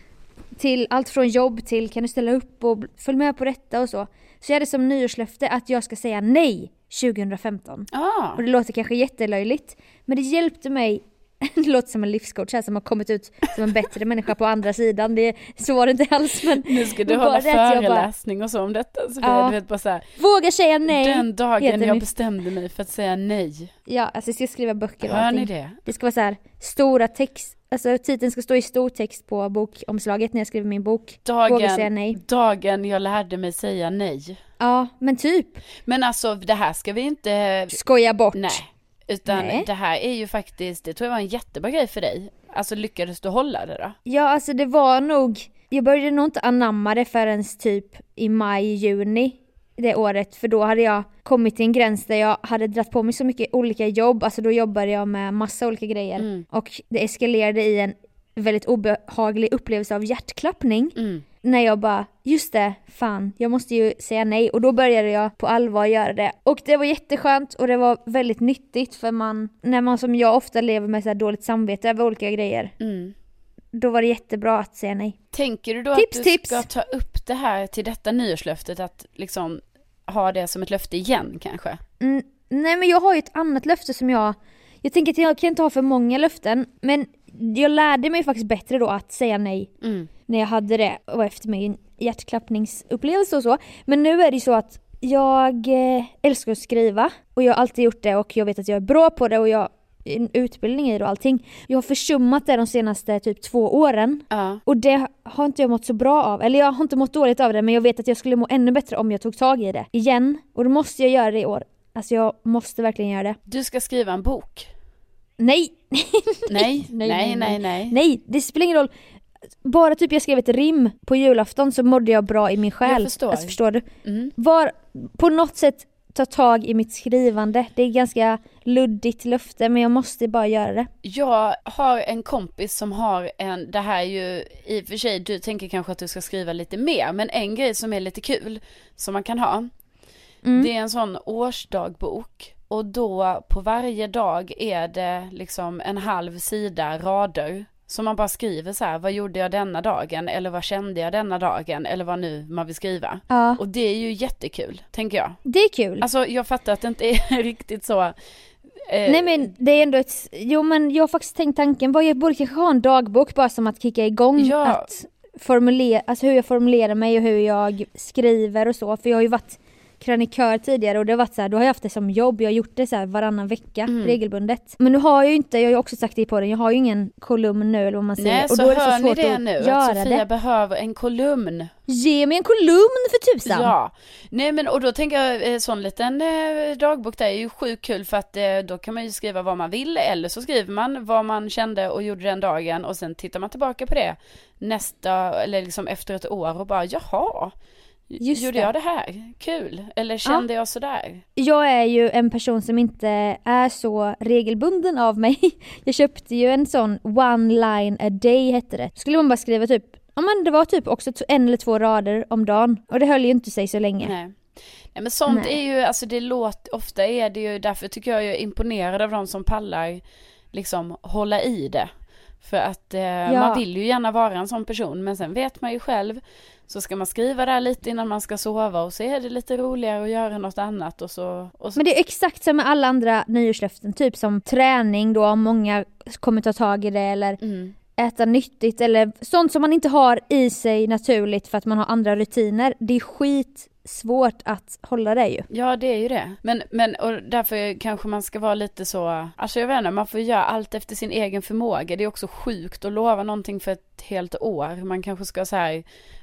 Speaker 2: Till allt från jobb till kan du ställa upp och bl- följ med på detta och så. Så jag hade som nyårslöfte att jag ska säga nej 2015.
Speaker 1: ja,
Speaker 2: Och det låter kanske jättelöjligt, men det hjälpte mig. *laughs* Det låter som en livscoach här som har kommit ut som en bättre människa på andra sidan. Det, så var det inte alls men
Speaker 1: nu ska du
Speaker 2: men
Speaker 1: hålla
Speaker 2: det att jag bara,
Speaker 1: föreläsning och så om detta. Så
Speaker 2: Ja.
Speaker 1: du vet bara så här,
Speaker 2: Våga säga nej!
Speaker 1: den dagen
Speaker 2: heter
Speaker 1: jag
Speaker 2: mitt-
Speaker 1: bestämde mig för att säga nej.
Speaker 2: Ja, alltså jag ska skriva böcker och
Speaker 1: Hör ni
Speaker 2: allting. Det?
Speaker 1: det?
Speaker 2: ska vara så här stora text, alltså titeln ska stå i stor text på bokomslaget när jag skriver min bok. Våga säga
Speaker 1: Dagen,
Speaker 2: nej.
Speaker 1: dagen jag lärde mig säga nej.
Speaker 2: Ja, men typ.
Speaker 1: Men alltså det här ska vi inte
Speaker 2: Skoja bort.
Speaker 1: Nej, utan
Speaker 2: Nej.
Speaker 1: det här är ju faktiskt, det tror jag var en jättebra grej för dig. Alltså lyckades du hålla det då?
Speaker 2: Ja, alltså det var nog... Jag började nog inte anamma det förrän typ i maj, juni det året. För då hade jag kommit till en gräns där jag hade dragit på mig så mycket olika jobb. Alltså då jobbade jag med massa olika grejer. Och det eskalerade i en väldigt obehaglig upplevelse av hjärtklappning. När jag bara, just det, fan, jag måste ju säga nej. Och då började jag på allvar göra det. Och det var jätteskönt och det var väldigt nyttigt för man, när man som jag ofta lever med så här dåligt samvete över olika grejer då var det jättebra att säga nej.
Speaker 1: Tänker du då
Speaker 2: Tips,
Speaker 1: att du
Speaker 2: tips.
Speaker 1: ska ta upp det här till detta nyårslöftet, att liksom ha det som ett löfte igen kanske?
Speaker 2: Mm, nej men jag har ju ett annat löfte som jag... Jag tänker att jag kan inte ha för många löften men jag lärde mig faktiskt bättre då att säga nej
Speaker 1: Mm.
Speaker 2: när jag hade det och efter min hjärtklappningsupplevelse och så. Men nu är det ju så att jag eh, älskar att skriva och jag har alltid gjort det och jag vet att jag är bra på det och jag har en utbildning i det och allting. Jag har försummat det de senaste typ två åren
Speaker 1: Ja.
Speaker 2: Och det har inte jag mått så bra av. Eller jag har inte mått dåligt av det men jag vet att jag skulle må ännu bättre om jag tog tag i det igen. Och då måste jag göra det i år. Alltså jag måste verkligen göra det.
Speaker 1: Du ska skriva en bok?
Speaker 2: Nej!
Speaker 1: Nej,
Speaker 2: *laughs* Nej,
Speaker 1: nej,
Speaker 2: nej,
Speaker 1: nej, nej. nej.
Speaker 2: Nej, det spelar ingen roll. Bara typ jag skrev ett rim på julafton så mådde jag bra i min själ.
Speaker 1: Jag förstår.
Speaker 2: Alltså förstår du?
Speaker 1: Mm.
Speaker 2: Var, på något sätt ta tag i mitt skrivande. Det är ganska luddigt löfte men jag måste bara göra det.
Speaker 1: Jag har en kompis som har en, det här är ju i och för sig, du tänker kanske att du ska skriva lite mer, men en grej som är lite kul som man kan ha.
Speaker 2: Mm.
Speaker 1: Det är en sån årsdagbok och då på varje dag är det liksom en halv sida rader. som man bara skriver så här, vad gjorde jag denna dagen? Eller vad kände jag denna dagen? Eller vad nu man vill skriva.
Speaker 2: Ja,
Speaker 1: Och det är ju jättekul, tänker jag.
Speaker 2: det är kul.
Speaker 1: Alltså jag fattar att det inte är *laughs* riktigt så. eh,
Speaker 2: Nej men det är ändå ett, jo men jag har faktiskt tänkt tanken, vad jag borde kanske ha en dagbok bara som att kicka igång
Speaker 1: Ja.
Speaker 2: att formulera, alltså hur jag formulerar mig och hur jag skriver och så för jag har ju varit krönikör tidigare och det har varit så här, då har jag haft det som jobb, jag har gjort det så här varannan vecka
Speaker 1: Mm.
Speaker 2: regelbundet. Men nu har jag ju inte, jag har ju också sagt det i podden, jag har ju ingen kolumn nu eller vad man säger.
Speaker 1: Nej,
Speaker 2: Alltså, och
Speaker 1: så
Speaker 2: då är det
Speaker 1: hör
Speaker 2: så
Speaker 1: ni
Speaker 2: svårt
Speaker 1: det
Speaker 2: att
Speaker 1: nu,
Speaker 2: göra
Speaker 1: att Sofia
Speaker 2: det.
Speaker 1: behöver en kolumn.
Speaker 2: Ge mig en kolumn för tusan!
Speaker 1: Ja. Nej men och då tänker jag, eh, sån liten eh, dagbok där är ju sjukt kul för att eh, då kan man ju skriva vad man vill eller så skriver man vad man kände och gjorde den dagen och sen tittar man tillbaka på det nästa, eller liksom efter ett år och bara jaha,
Speaker 2: Just
Speaker 1: gjorde
Speaker 2: det.
Speaker 1: jag det här? Kul, eller kände jag sådär?
Speaker 2: Jag är ju en person som inte är så regelbunden av mig. *laughs* Jag köpte ju en sån one line a day hette det. Skulle man bara skriva typ, ja men det var typ också t- en eller två rader om dagen. Och det höll ju inte sig så länge.
Speaker 1: Nej. Nej men sånt
Speaker 2: Nej.
Speaker 1: är ju, alltså det låter, ofta är det ju, därför tycker jag jag är imponerad av de som pallar liksom hålla i det. För att eh, man vill ju gärna vara en sån person men sen vet man ju själv så ska man skriva där lite innan man ska sova och så är det lite roligare att göra något annat och så, och så
Speaker 2: Men det är exakt som med alla andra nyårslöften, typ som träning då, om många kommer ta tag i det eller
Speaker 1: mm.
Speaker 2: äta nyttigt eller sånt som man inte har i sig naturligt för att man har andra rutiner. Det är skitsvårt att hålla det ju.
Speaker 1: Ja det är ju det. Men, men och därför kanske man ska vara lite så, alltså jag vet inte, man får göra allt efter sin egen förmåga. Det är också sjukt att lova någonting för ett helt år. Man kanske ska så här,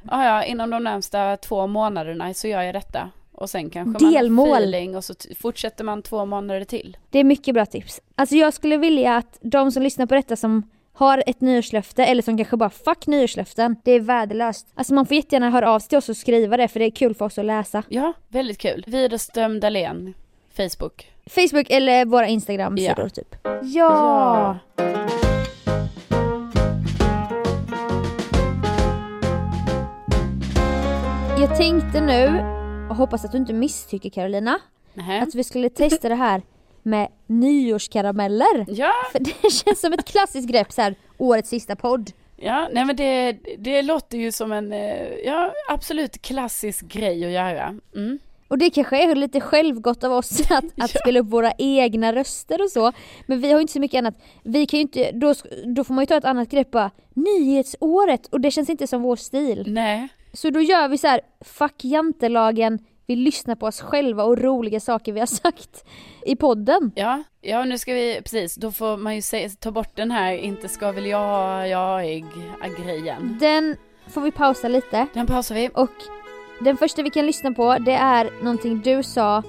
Speaker 1: "Ah, ja ja inom de närmsta två månaderna så gör jag detta. Och sen kanske man
Speaker 2: Delmål.
Speaker 1: har feeling och så t- fortsätter man två månader till.
Speaker 2: Det är mycket bra tips. Alltså jag skulle vilja att de som lyssnar på detta som har ett nyårslöfte eller som kanske bara fuck nyårslöften, det är värdelöst. Alltså man får jättegärna höra av sig till oss och skriva det för det är kul för oss att läsa.
Speaker 1: Ja, väldigt kul. Widerström Dahlén, Facebook.
Speaker 2: Facebook eller våra Instagram-sidor
Speaker 1: Ja.
Speaker 2: typ. Ja! Jag tänkte nu, och hoppas att du inte misstycker Carolina,
Speaker 1: Nähä.
Speaker 2: att vi skulle testa det här med nyårskarameller.
Speaker 1: Ja,
Speaker 2: För det känns som ett klassiskt grepp så här, årets sista podd.
Speaker 1: ja, nej men det, det låter ju som en, eh, ja absolut klassisk grej att göra. Mm.
Speaker 2: Och det kanske är lite självgott av oss *laughs* att, att spela upp våra egna röster och så. Men vi har ju inte så mycket annat. Vi kan ju inte, då, sk- då får man ju ta ett annat grepp bara. Nyhetsåret! Och det känns inte som vår stil.
Speaker 1: Nej.
Speaker 2: Så då gör vi så här, fuck jantelagen. Vi lyssnar på oss själva och roliga saker vi har *laughs* sagt i podden.
Speaker 1: Ja, ja nu ska vi, precis, då får man ju se, ta bort den här inte ska väl jag, jag, grejen.
Speaker 2: Den får vi pausa lite.
Speaker 1: Den pausar vi.
Speaker 2: Och den första vi kan lyssna på det är någonting du sa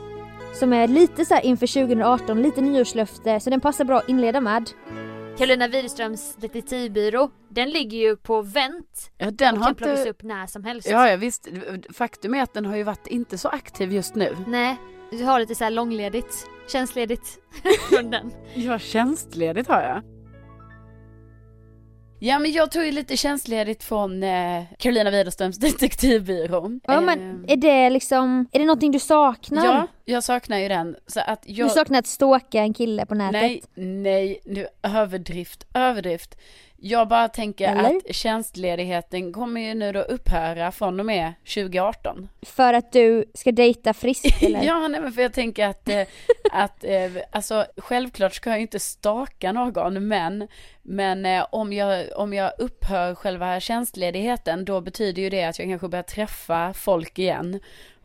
Speaker 2: som är lite så här inför 2018, lite nyårslöfte. Så den passar bra att inleda med.
Speaker 3: Carolina Widerströms detektivbyrå, den ligger ju på vänt
Speaker 1: Ja, den
Speaker 3: och
Speaker 1: har
Speaker 3: kan plockas
Speaker 1: inte...
Speaker 3: upp när som helst.
Speaker 1: Ja, ja, visst. Faktum är att den har ju varit inte så aktiv just nu.
Speaker 3: Nej, du har lite så här långledigt, tjänstledigt *laughs* från den.
Speaker 1: Ja, tjänstledigt har jag. Ja, men jag tog ju lite tjänstledigt från eh, Carolina Widerströms *laughs* detektivbyrå. Ehm,
Speaker 2: Ja men är det liksom, är det någonting du saknar?
Speaker 1: Ja, jag saknar ju den. Så att jag...
Speaker 2: Du saknar att stalka en kille på nätet?
Speaker 1: Nej, nej, nu överdrift, överdrift. Jag bara tänker
Speaker 2: Eller?
Speaker 1: att tjänstledigheten kommer ju nu då upphöra från och med 2018.
Speaker 2: För att du ska
Speaker 1: *laughs*
Speaker 2: dejta friskt eller?
Speaker 1: Ja, nej men för jag tänker att, eh, *laughs* att eh, alltså självklart ska jag ju inte staka någon, men, men eh, om, jag, om jag upphör själva tjänstledigheten, då betyder ju det att jag kanske börjar träffa folk igen.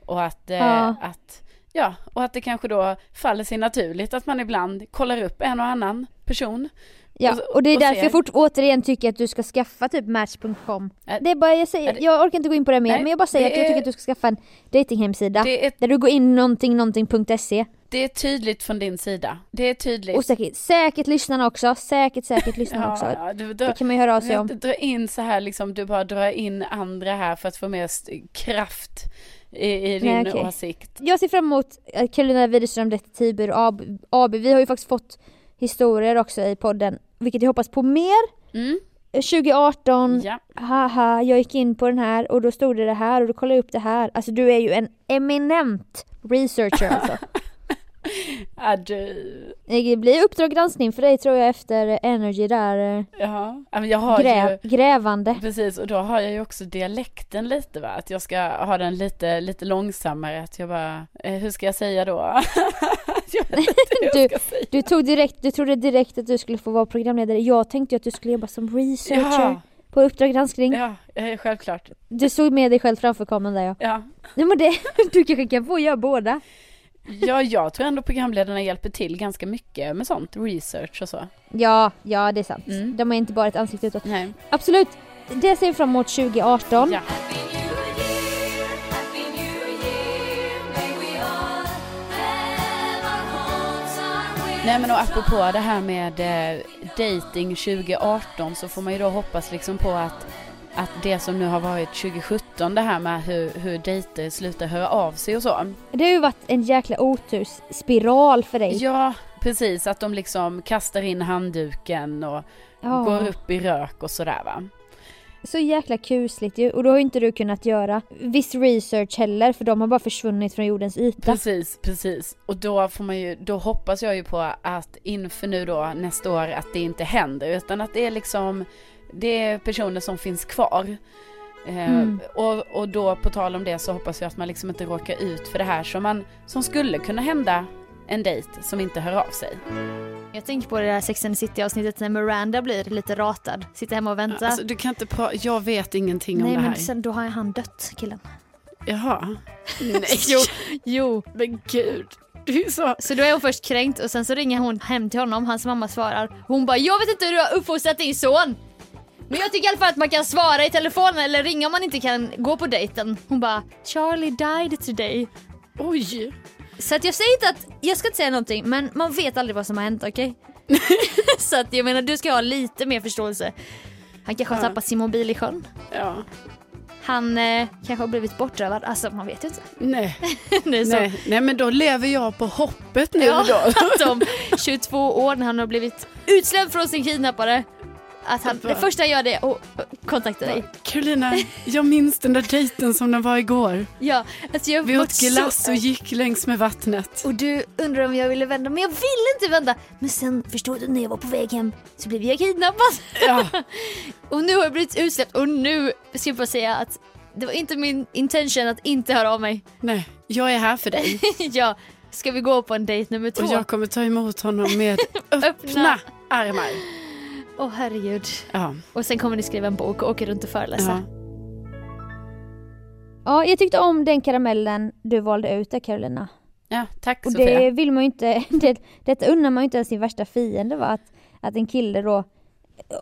Speaker 1: Och att, eh,
Speaker 2: Ja.
Speaker 1: att Ja, och att det kanske då faller sig naturligt att man ibland kollar upp en och annan person.
Speaker 2: Ja,
Speaker 1: och-
Speaker 2: och det är
Speaker 1: och
Speaker 2: därför
Speaker 1: ser.
Speaker 2: jag fort, återigen tycker att du ska skaffa typ match.com.
Speaker 1: Ä-
Speaker 2: Det är bara, jag säger,
Speaker 1: Ä-
Speaker 2: jag orkar inte gå in på det mer
Speaker 1: Nej,
Speaker 2: men jag bara säger
Speaker 1: det
Speaker 2: att jag tycker
Speaker 1: är-
Speaker 2: att du ska skaffa en datinghemsida.
Speaker 1: Det är
Speaker 2: Där du går in någonting någonting.se.
Speaker 1: Det är tydligt från din sida. Det är tydligt.
Speaker 2: Och säkert, säkert lyssnarna också, säkert säkert lyssnarna också.
Speaker 1: ja, du, du,
Speaker 2: Det kan man ju höra av
Speaker 1: du,
Speaker 2: sig om.
Speaker 1: dra in så här liksom, du bara drar in andra här för att få mer st- kraft i, i din
Speaker 2: Nej, okej.
Speaker 1: åsikt.
Speaker 2: Jag ser fram emot eh, Carolina Widerström Detektiver AB. AB. Vi har ju faktiskt fått historier också i podden, vilket jag hoppas på mer.
Speaker 1: Mm.
Speaker 2: Eh, 2018,
Speaker 1: Ja.
Speaker 2: haha, jag gick in på den här och då stod det det här och då kollade jag upp det här. Alltså du är ju en eminent researcher alltså.
Speaker 1: *laughs* Ja, du,
Speaker 2: Det blir Uppdrag granskning för dig tror jag efter Energy där. eh,
Speaker 1: ja. Ja, men jag har ju...
Speaker 2: Grä,
Speaker 1: *laughs*
Speaker 2: grävande.
Speaker 1: Precis, och då har jag ju också dialekten lite va, att jag ska ha den lite, lite långsammare, att jag bara, eh, hur ska jag säga då? *laughs* jag vet inte hur jag
Speaker 2: Du-
Speaker 1: ska säga.
Speaker 2: Du tog direkt, du trodde direkt att du skulle få vara programledare. Jag tänkte ju att du skulle jobba som researcher
Speaker 1: Ja,
Speaker 2: på Uppdrag granskning.
Speaker 1: ja, eh, självklart.
Speaker 2: Du såg med dig själv framför kameran där ja.
Speaker 1: Ja.
Speaker 2: Nej, men det, *laughs* du kanske kan få göra båda.
Speaker 1: ja, jag tror ändå programledarna hjälper till ganska mycket med sånt, research och så.
Speaker 2: Ja, ja det är sant.
Speaker 1: Mm.
Speaker 2: De är inte bara ett ansikte utåt.
Speaker 1: Nej.
Speaker 2: Absolut, det ser vi fram emot 2018.
Speaker 1: Ja.
Speaker 4: Happy New Year, Happy New Year. May we all have our hearts on wheels.
Speaker 1: Nej men och apropå det här med eh, dating 2018 så får man ju då hoppas liksom på att, att det som nu har varit 2017 det här med hur, hur dejter slutar höra av sig och så.
Speaker 2: Det har ju varit en jäkla otursspiral för dig.
Speaker 1: Ja, precis. Att de liksom kastar in handduken och
Speaker 2: Ja.
Speaker 1: går upp i rök och sådär va.
Speaker 2: Så jäkla kusligt ju och då har ju inte du kunnat göra viss research heller för de har bara försvunnit från jordens yta.
Speaker 1: Precis, precis. Och då får man ju, då hoppas jag ju på att inför nu då nästa år att det inte händer utan att det är liksom, det är personer som finns kvar. Eh,
Speaker 2: Mm.
Speaker 1: och, och då på tal om det så hoppas jag att man liksom inte råkar ut för det här som man, som skulle kunna hända en dejt som inte hör av sig.
Speaker 3: Jag tänker på det där Sex and the City avsnittet när Miranda blir lite ratad. Sitter hemma och väntar.
Speaker 1: Alltså, du kan inte prata, jag vet ingenting
Speaker 3: Nej men sen då har han dött killen.
Speaker 1: Jaha. *laughs* Nej, jo,
Speaker 3: Jo.
Speaker 1: men gud. Det är så...
Speaker 3: Så då är hon först kränkt och sen så ringer hon hem till honom, hans mamma svarar. Hon bara jag vet inte hur du har uppfostrat din son. Men jag tycker i alla fall att man kan svara i telefonen eller ringa om man inte kan gå på dejten. Hon bara Charlie died today.
Speaker 1: Oj.
Speaker 3: Så att jag säger inte att, jag ska inte säga någonting men man vet aldrig vad som har hänt okej? *laughs* så att jag menar du ska ha lite mer förståelse. Han kanske har
Speaker 1: Ja.
Speaker 3: tappat sin mobil i sjön.
Speaker 1: Ja.
Speaker 3: Han eh, kanske har blivit bortrövad, alltså man vet ju inte. *laughs*
Speaker 1: Nej.
Speaker 3: Det är så.
Speaker 1: Nej. Nej, men då lever jag på hoppet nu
Speaker 3: Ja,
Speaker 1: då.
Speaker 3: *laughs*
Speaker 1: *laughs*
Speaker 3: att om 22 år när han har blivit utsläppt från sin kidnappare. Att han, det första han gör det är att eh, kontakta dig.
Speaker 1: Carolina, jag minns den där dejten som den var igår.
Speaker 3: Ja, alltså jag har
Speaker 1: Vi
Speaker 3: varit
Speaker 1: åt glass
Speaker 3: så-
Speaker 1: och gick längs med vattnet.
Speaker 3: Och du undrar om jag ville vända, men jag ville inte vända. Men sen förstod du när jag var på väg hem så blev jag kidnappad.
Speaker 1: Ja.
Speaker 3: *laughs* Och nu har jag blivit utsläppt och nu ska jag bara säga att det var inte min intention att inte höra av mig.
Speaker 1: Nej, jag är här för dig
Speaker 3: *laughs* ja, ska vi gå på en dejt nummer två?
Speaker 1: och
Speaker 3: Åh
Speaker 1: jag kommer ta emot honom med öppna armar.
Speaker 3: herregud.
Speaker 1: Ja.
Speaker 3: Och sen kommer ni skriva en bok och åka runt och föreläsa.
Speaker 1: ja.
Speaker 2: Ja, jag tyckte om den karamellen du valde ut där Carolina.
Speaker 1: ja tack
Speaker 2: Och
Speaker 1: Sofia.
Speaker 2: det vill man ju inte, *laughs* det, detta unnar man ju inte ens sin värsta fiende va? Att, att en kille då,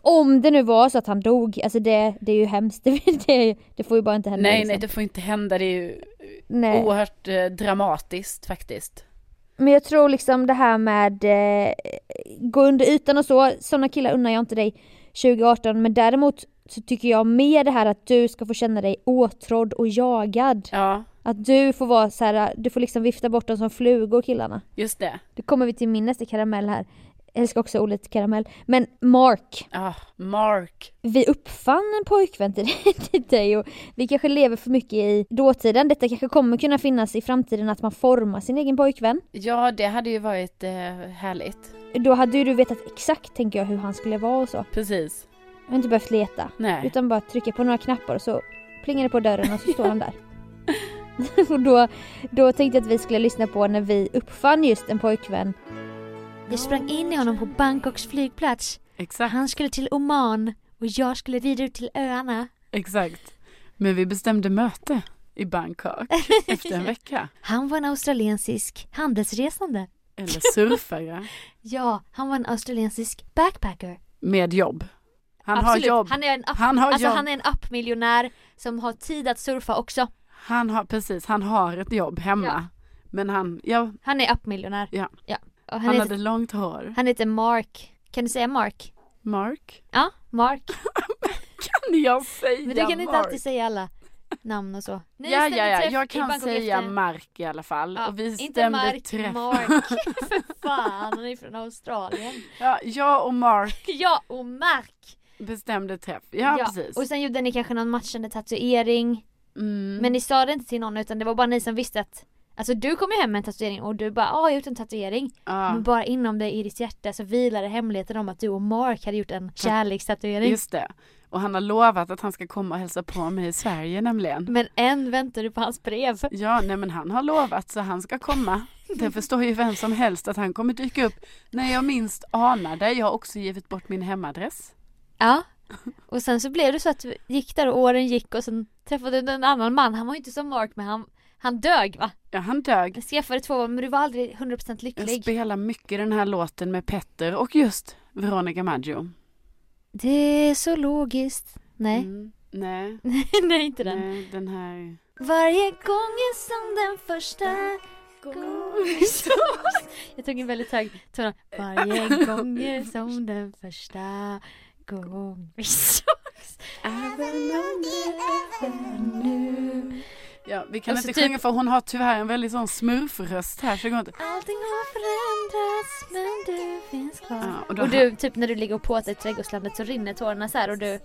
Speaker 2: om det nu var så att han dog, alltså det, det är ju hemskt, *laughs* det, det, det får ju bara inte hända.
Speaker 1: Nej,
Speaker 2: liksom.
Speaker 1: nej, det får inte hända. Det är ju
Speaker 2: nej.
Speaker 1: oerhört eh, dramatiskt faktiskt.
Speaker 2: Men jag tror liksom det här med eh, gå under ytan och så, sådana killar unnar jag inte dig 2018 men däremot så tycker jag mer det här att du ska få känna dig åtrådd och jagad.
Speaker 1: Ja,
Speaker 2: Att du får vara så här, du får liksom vifta bort dem som flugor killarna.
Speaker 1: just det.
Speaker 2: Det kommer vi till min nästa karamell här. Jag älskar också ordet karamell. Men Mark,
Speaker 1: Ja, Mark.
Speaker 2: vi uppfann en pojkvän till dig- *laughs* till dig och vi kanske lever för mycket i dåtiden. Detta kanske kommer kunna finnas i framtiden att man formar sin egen pojkvän.
Speaker 1: Ja, det hade ju varit eh, härligt.
Speaker 2: Då hade ju du vetat exakt, tänker jag, hur han skulle vara och så.
Speaker 1: Precis.
Speaker 2: Jag har inte behövt leta.
Speaker 1: Nej.
Speaker 2: Utan bara trycka på några knappar och så plingar det på dörren och så står han där. *laughs* och då, då tänkte jag att vi skulle lyssna på när vi uppfann just en pojkvän.
Speaker 3: Jag sprang in i honom på Bangkoks flygplats.
Speaker 1: Exakt,
Speaker 3: Han skulle till Oman och jag skulle rida ut till öarna.
Speaker 1: exakt. Men vi bestämde möte i Bangkok
Speaker 2: *laughs*
Speaker 1: efter en vecka.
Speaker 3: Han var en australiensisk handelsresande.
Speaker 1: Eller surfare
Speaker 3: Ja, han var en australiensisk backpacker.
Speaker 1: med jobb. Han
Speaker 3: Absolut.
Speaker 1: har jobb. Han,
Speaker 3: Han är en app,
Speaker 1: har
Speaker 3: alltså
Speaker 1: jobb.
Speaker 3: han är en appmiljonär som har tid att surfa också.
Speaker 1: Han har, precis, han har ett jobb hemma. Men han, ja, han,
Speaker 3: Han är appmiljonär.
Speaker 1: Ja.
Speaker 3: ja. Och han, heter,
Speaker 1: hade långt hår.
Speaker 3: han heter Mark. Kan du säga Mark?
Speaker 1: Mark.
Speaker 3: Ja, Mark.
Speaker 1: Kan jag säga
Speaker 3: Men du *laughs* kan inte
Speaker 1: Mark?
Speaker 3: alltid säga alla. namn och så. Ni
Speaker 1: ja, ja,
Speaker 3: ställde
Speaker 1: ja,
Speaker 3: träff i
Speaker 1: jag kan
Speaker 3: Bangkok
Speaker 1: säga
Speaker 3: efter-
Speaker 1: Mark i alla fall.
Speaker 3: Ja,
Speaker 1: och vi
Speaker 3: inte
Speaker 1: stämde
Speaker 3: Mark,
Speaker 1: träff.
Speaker 3: Mark. *laughs* För fan, han är från Australien.
Speaker 1: Ja, jag och Mark
Speaker 3: Ja, och Mark.
Speaker 1: bestämde träff. Ja, precis.
Speaker 3: Och sen gjorde ni kanske någon matchande tatuering.
Speaker 1: Mm.
Speaker 3: Men ni sa det inte till någon utan det var bara ni som visste att Alltså du kom ju hem med en tatuering och du bara ah, jag har gjort en tatuering.
Speaker 1: ja,
Speaker 3: Men bara inom dig i ditt hjärta så vilade hemligheten om att du och Mark hade gjort en kärlekstatuering.
Speaker 1: just det. Och han har lovat att han ska komma och hälsa på mig i Sverige nämligen.
Speaker 3: Men än väntar du på hans brev.
Speaker 1: Ja, nej men han har lovat så han ska komma. Det förstår ju vem som helst att han kommer dyka upp när jag minst anar det. Jag har också givit bort min hemadress.
Speaker 3: Ja. Och sen så blev det så att du gick där och åren gick och sen träffade du en annan man. Han var ju inte som Mark men han, han dög va?
Speaker 1: Ja, han dög.
Speaker 3: Ni skaffade två barn men du var aldrig 100%
Speaker 1: Jag
Speaker 3: lycklig.
Speaker 1: spelar mycket den här låten med Petter och just Veronica Maggio.
Speaker 3: Det är så logiskt. Nej,
Speaker 1: Mm, nej,
Speaker 3: *laughs* nej inte den.
Speaker 1: nej, den här.
Speaker 3: Varje gång är som den första *laughs* gången som... Jag tog en väldigt hög ton. Varje gång är som den första gången vi sågs. nu.
Speaker 1: Ja, vi kan
Speaker 3: Och så
Speaker 1: inte
Speaker 3: typ-
Speaker 1: sjunga för hon har tyvärr en väldigt sån smurfröst här så det går inte.
Speaker 3: Allting har förändrats men du finns kvar.
Speaker 1: Ja, och då
Speaker 3: Och du, typ när du ligger och påtar i trädgårdslandet så rinner tårarna så här och du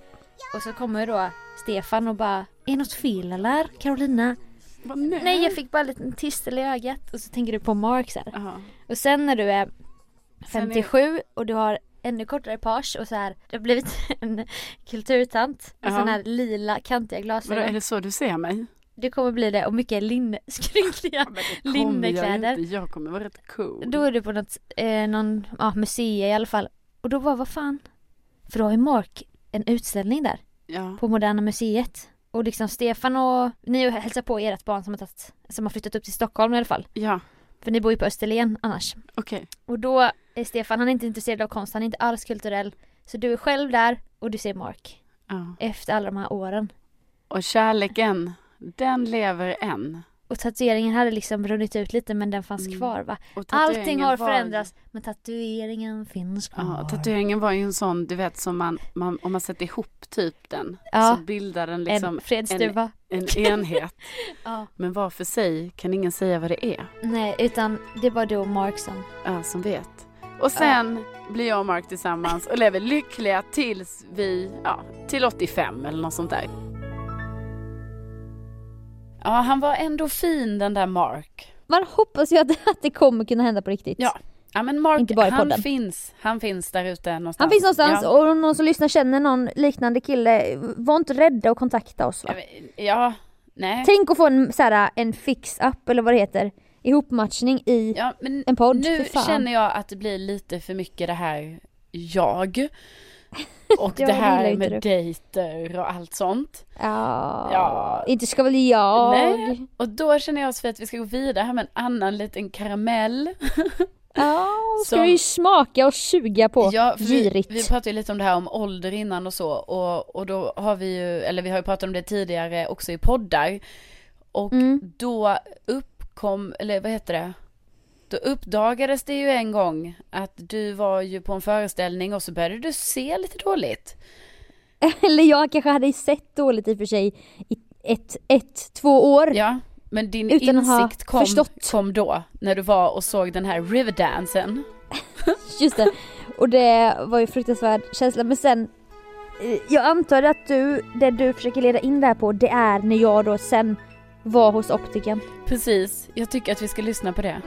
Speaker 3: och så kommer då Stefan och bara Är det något fel eller? Carolina?
Speaker 1: Bara, nej.
Speaker 3: Nej jag fick bara en liten tistel i ögat. Och så tänker du på Mark så här.
Speaker 1: Ja.
Speaker 3: Och sen när du är
Speaker 1: Sen är-
Speaker 3: 57 och du har ännu kortare page och så här, du har blivit *laughs* en kulturtant med
Speaker 1: Ja.
Speaker 3: sådana här lila kantiga
Speaker 1: Vadå, är
Speaker 3: glasögon.
Speaker 1: det så du ser mig?
Speaker 3: Du kommer bli det och mycket linne, skrynkliga
Speaker 1: Kommer
Speaker 3: linnekläder.
Speaker 1: jag, inte. jag kommer vara rätt cool.
Speaker 3: Då är du på något, eh, någon, ja, museum i alla fall. Och då var vad fan? För då har ju Mark en utställning där
Speaker 1: Ja.
Speaker 3: på Moderna Museet. Och liksom Stefan och, ni hälsar på ert barn som har, tagit, som har flyttat upp till Stockholm i alla fall.
Speaker 1: Ja,
Speaker 3: För ni bor ju på Österlen annars.
Speaker 1: okej.
Speaker 3: Och då är Stefan, han är inte intresserad av konst, han är inte alls kulturell. Så du är själv där och du ser Mark.
Speaker 1: Ja.
Speaker 3: Efter alla de här åren.
Speaker 1: Och kärleken, den lever än.
Speaker 3: Och tatueringen hade liksom runnit ut lite men den fanns
Speaker 1: Mm.
Speaker 3: kvar va?
Speaker 1: Och
Speaker 3: Allting
Speaker 1: tatueringen
Speaker 3: har
Speaker 1: var-
Speaker 3: förändrats men tatueringen finns kvar.
Speaker 1: Ja, tatueringen var ju en sån, du vet som man, man om man sätter ihop typ den
Speaker 3: Ja.
Speaker 1: så bildar den liksom
Speaker 3: en fredsduva.
Speaker 1: en enhet.
Speaker 3: *laughs* Ja.
Speaker 1: Men var för sig kan ingen säga vad det är
Speaker 3: Nej,
Speaker 2: eh,
Speaker 3: utan det var du och Mark som...
Speaker 1: ja, som vet. Och sen blir jag och Mark tillsammans och lever lyckliga tills vi, ja, till 85 eller något sånt där. Ja, han var ändå fin den där Mark.
Speaker 2: Man hoppas ju att, att det kommer kunna hända på riktigt.
Speaker 1: Ja. Ja men Mark,
Speaker 2: Inte bara i
Speaker 1: han
Speaker 2: podden.
Speaker 1: finns. Han finns där ute någonstans.
Speaker 2: Han finns någonstans
Speaker 1: Ja.
Speaker 2: och om någon som lyssnar känner någon liknande kille, var inte rädda att kontakta oss va?
Speaker 1: Ja, men- Ja, nej.
Speaker 2: Tänk att få en, så här, en fix-up eller vad det heter, ihopmatchning i
Speaker 1: Ja, men
Speaker 2: en podd.
Speaker 1: nu
Speaker 2: Fy fan.
Speaker 1: känner jag att det blir lite för mycket det här jag. Och
Speaker 2: *laughs*
Speaker 1: det
Speaker 2: Ja, det gillar
Speaker 1: här
Speaker 2: inte
Speaker 1: med
Speaker 2: du.
Speaker 1: dejter och allt sånt.
Speaker 2: Ja.
Speaker 1: Ja.
Speaker 2: Inte ska väl jag?
Speaker 1: Nej. Och då känner jag Sofie att vi ska gå vidare här med en annan liten karamell.
Speaker 2: Ja, ska
Speaker 1: Som-
Speaker 2: du ju smaka och suga på.
Speaker 1: Ja, för vi,
Speaker 2: Girigt.
Speaker 1: vi pratade ju lite om det här om ålder innan och så och, och då har vi ju, eller vi har ju pratat om det tidigare också i poddar. Och
Speaker 2: Mm.
Speaker 1: då uppkom, eller vad heter det? Då uppdagades det ju en gång att du var ju på en föreställning och så började du se lite dåligt.
Speaker 2: *laughs* Eller jag kanske hade sett dåligt i och för sig i ett, ett två år.
Speaker 1: Ja, men din
Speaker 2: Utan att ha
Speaker 1: insikt kom,
Speaker 2: förstått.
Speaker 1: kom då när du var och såg den här riverdansen.
Speaker 2: Just det. Och det var ju fruktansvärd känsla. Men sen, eh, jag antar att du, det du försöker leda in det här på, det är när jag då sen var hos optiken.
Speaker 1: Precis, jag tycker att vi ska lyssna på det.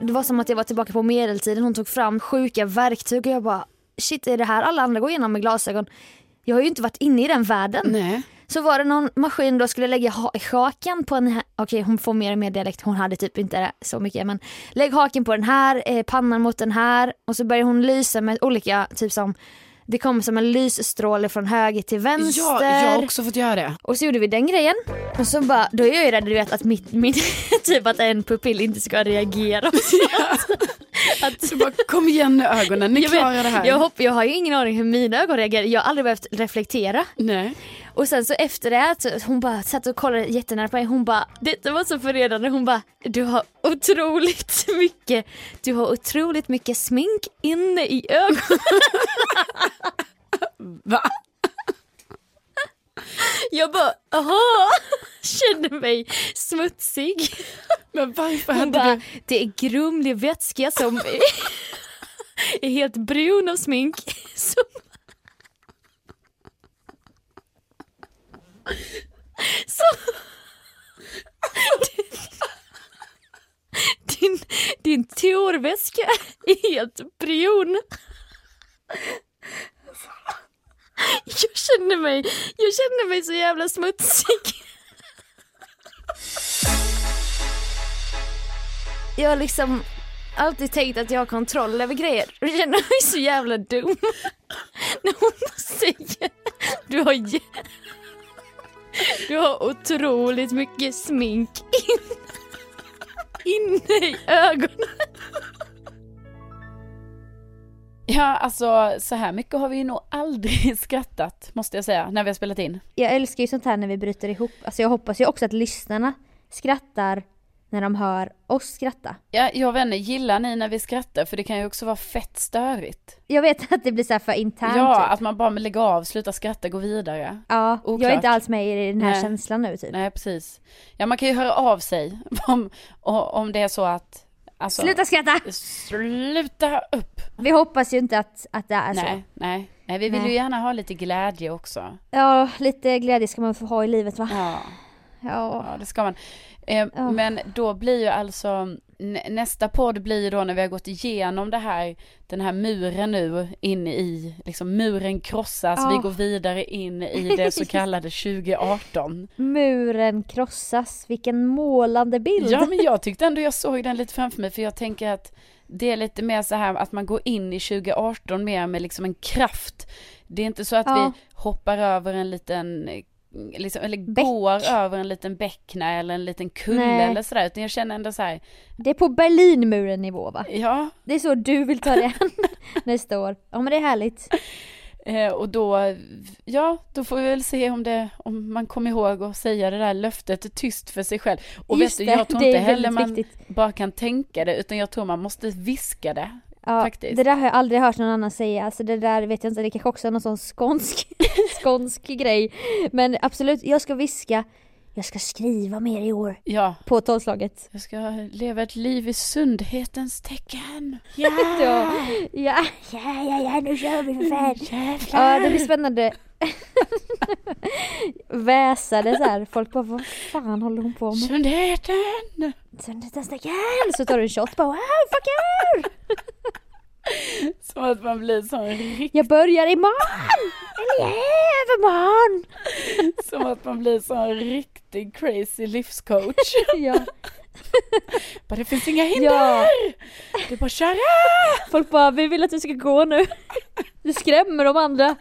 Speaker 3: Det var som att jag var tillbaka på medeltiden, hon tog fram sjuka verktyg och jag bara shit är det här alla andra går igenom med glasögon? Jag har ju inte varit inne i den världen.
Speaker 1: Nej.
Speaker 3: Så var det någon maskin då skulle lägga ha- haken på den här, okej hon får mer och mer dialekt, hon hade typ inte det så mycket men lägg haken på den här, eh, pannan mot den här och så börjar hon lysa med olika, typ som det kom som en lysstråle från höger till vänster.
Speaker 1: Ja, jag har också fått göra det.
Speaker 3: Och så gjorde vi den grejen. Och så bara, då är jag ju rädd du vet att mitt, *laughs* min, typ att en pupill inte ska
Speaker 1: *laughs*
Speaker 3: reagera. *laughs*
Speaker 1: Så bara, kom igen nu ögonen, ni
Speaker 3: Jag vet,
Speaker 1: klarar det här.
Speaker 3: Jag, hopp, jag har ju ingen aning hur mina ögon reagerar, jag har aldrig behövt reflektera.
Speaker 1: Nej.
Speaker 3: Och sen så efter det, så hon bara satt och kollade jättenära på mig. Hon bara, detta var så förnedrande. Hon bara, du har otroligt *laughs* mycket, du har otroligt mycket smink inne i
Speaker 1: *laughs*
Speaker 3: ögonen.
Speaker 1: Va?
Speaker 3: Jag bara, "Ja, Aha! Känner mig smutsig.
Speaker 1: Men varför
Speaker 3: Hon
Speaker 1: hade
Speaker 3: bara,
Speaker 1: du...
Speaker 3: det är grumlig vätska som *laughs* är helt brun av smink. Som... som... Din, din torväska är helt brun. Jag känner mig, jag känner mig så jävla smutsig. jag har liksom alltid tänkt att jag har kontroll över grejer. Jag känner mig så jävla dum. *laughs* När hon säger du har, jä- du har otroligt mycket smink in- inne i ögonen.
Speaker 1: Ja, alltså så här mycket har vi ju nog aldrig *laughs* skrattat, måste jag säga, när vi har spelat in.
Speaker 2: Jag älskar ju sånt här när vi bryter ihop. Alltså jag hoppas ju också att lyssnarna skrattar när de hör oss skratta.
Speaker 1: Ja, jag vet inte, gillar ni när vi skrattar? För det kan ju också vara fett störigt.
Speaker 2: Jag vet att det blir så här för internt.
Speaker 1: Ja,
Speaker 2: typ.
Speaker 1: att man bara lägger av, slutar skratta, gå vidare.
Speaker 2: ja jag
Speaker 1: oklart.
Speaker 2: är inte alls med i den här
Speaker 1: Nej.
Speaker 2: känslan nu typ.
Speaker 1: Nej, precis. Ja, man kan ju höra av sig *laughs* om, om det är så att... Alltså,
Speaker 2: Sluta skratta!
Speaker 1: Sluta upp!
Speaker 2: Vi hoppas ju inte att, att det är så.
Speaker 1: Nej, nej, Alltså. nej, vi vill
Speaker 2: Nej.
Speaker 1: ju gärna ha lite glädje också.
Speaker 2: Ja, lite glädje ska man få ha i livet va?
Speaker 1: Ja,
Speaker 2: Ja.
Speaker 1: ja det ska man. Eh,
Speaker 2: Ja.
Speaker 1: Men då blir ju alltså, nä- nästa podd blir ju då när vi har gått igenom det här, den här muren nu, in i, liksom muren krossas,
Speaker 2: Ja.
Speaker 1: vi går vidare in i det
Speaker 2: *laughs*
Speaker 1: så kallade 2018.
Speaker 2: Muren krossas, vilken målande bild.
Speaker 1: Ja men jag tyckte ändå jag såg den lite framför mig för jag tänker att det är lite mer så här att man går in i 2018 mer med liksom en kraft. Det är inte så att
Speaker 2: Ja.
Speaker 1: vi hoppar över en liten eh, Liksom, eller
Speaker 2: Bäck.
Speaker 1: går över en liten bäck nej, eller en liten kulle
Speaker 2: Nej.
Speaker 1: eller sådär. Utan jag känner ändå så här,
Speaker 2: Det är på Berlinmuren nivå va?
Speaker 1: ja.
Speaker 2: Det är så du vill ta det an *laughs* nästa år. Ja men det är härligt.
Speaker 1: Eh, och då, ja, då får vi väl se om, det, om man kommer ihåg att säga det där löftet tyst för sig själv. Och
Speaker 2: Just
Speaker 1: vet du,
Speaker 2: det,
Speaker 1: jag tror
Speaker 2: det
Speaker 1: inte
Speaker 2: är
Speaker 1: heller man
Speaker 2: väldigt viktigt.
Speaker 1: bara kan tänka det utan jag tror man måste viska det.
Speaker 2: Ja,
Speaker 1: Faktiskt.
Speaker 2: Det där har jag aldrig hört någon annan säga, alltså det där vet jag inte, det kanske också är någon sån skånsk, *laughs* skånsk grej. Men absolut, jag ska viska, jag ska skriva mer i år.
Speaker 1: Ja,
Speaker 2: På tolvslaget.
Speaker 1: Jag ska leva ett liv i sundhetens tecken.
Speaker 2: Ja, ja, Ah. ja, ja, ja, nu kör vi för fan. Ja, *laughs* det blir spännande. Väsade så här. folk bara vad fan håller hon på med?
Speaker 1: Sundheten!
Speaker 2: Så tar du en shot bara wow, fuck yeah!
Speaker 1: Som att man blir sån ri-
Speaker 2: Jag börjar imorgon! Eller i övermorgon!
Speaker 1: som att man blir sån riktig crazy
Speaker 2: *laughs*
Speaker 1: livscoach.
Speaker 2: Ja,
Speaker 1: Bara det finns inga hinder!
Speaker 2: ja,
Speaker 1: Det är bara att köra!
Speaker 2: folk bara vi vill att du ska gå nu. Du skrämmer de andra.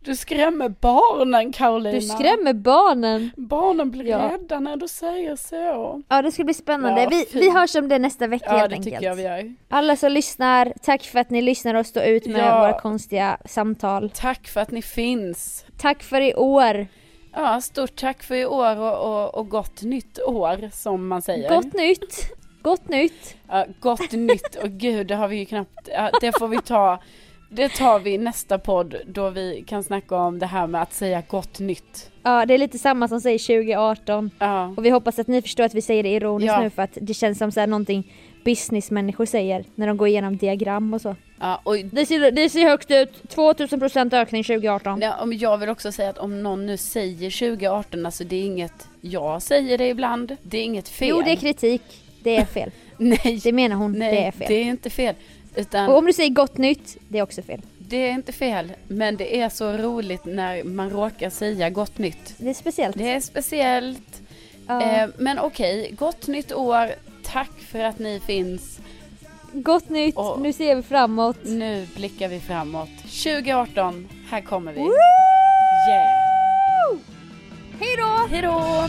Speaker 1: Du skrämmer barnen Karolina.
Speaker 2: Du skrämmer barnen.
Speaker 1: Barnen blir
Speaker 2: Ja.
Speaker 1: rädda när du säger så.
Speaker 2: Ja det ska bli spännande.
Speaker 1: Ja,
Speaker 2: Vi,
Speaker 1: fy.
Speaker 2: vi hörs om det nästa vecka
Speaker 1: Ja,
Speaker 2: helt
Speaker 1: det
Speaker 2: enkelt.
Speaker 1: tycker jag vi gör.
Speaker 2: Alla som lyssnar, tack för att ni lyssnar och står ut med
Speaker 1: Ja.
Speaker 2: våra konstiga samtal.
Speaker 1: Tack för att ni finns.
Speaker 2: Tack för i år.
Speaker 1: Ja, stort tack för i år och, och, och gott nytt år som man säger.
Speaker 2: Gott nytt! Gott nytt!
Speaker 1: Ja, gott nytt och gud, det har vi ju knappt, ja, det får vi ta, det tar vi i nästa podd då vi kan snacka om det här med att säga gott nytt.
Speaker 2: Ja, det är lite samma som säger 2018.
Speaker 1: Ja,
Speaker 2: Och vi hoppas att ni förstår att vi säger det ironiskt
Speaker 1: Ja.
Speaker 2: nu för att det känns som så här någonting businessmänniskor säger när de går igenom diagram och så.
Speaker 1: ja och
Speaker 2: Det ser, det ser högt ut, 2000% ökning 2018.
Speaker 1: ja, om jag vill också säga att om någon nu säger 2018, alltså det är inget, jag säger det ibland, det är inget fel.
Speaker 2: Jo, det är kritik. Det är fel.
Speaker 1: Nej,
Speaker 2: Det menar hon,
Speaker 1: nej,
Speaker 2: det är fel.
Speaker 1: det är inte fel. Utan
Speaker 2: Och om du säger gott nytt, det är också fel.
Speaker 1: det är inte fel, men det är så roligt när man råkar säga gott nytt.
Speaker 2: Det är speciellt.
Speaker 1: Det är speciellt.
Speaker 2: Ja.
Speaker 1: Eh, men okej, gott nytt år. Tack för att ni finns.
Speaker 2: Gott nytt,
Speaker 1: och-
Speaker 2: nu ser vi framåt.
Speaker 1: Nu blickar vi framåt. 2018, här kommer vi.
Speaker 2: Woo!
Speaker 1: Yeah!
Speaker 2: Hej då!
Speaker 1: Hejdå!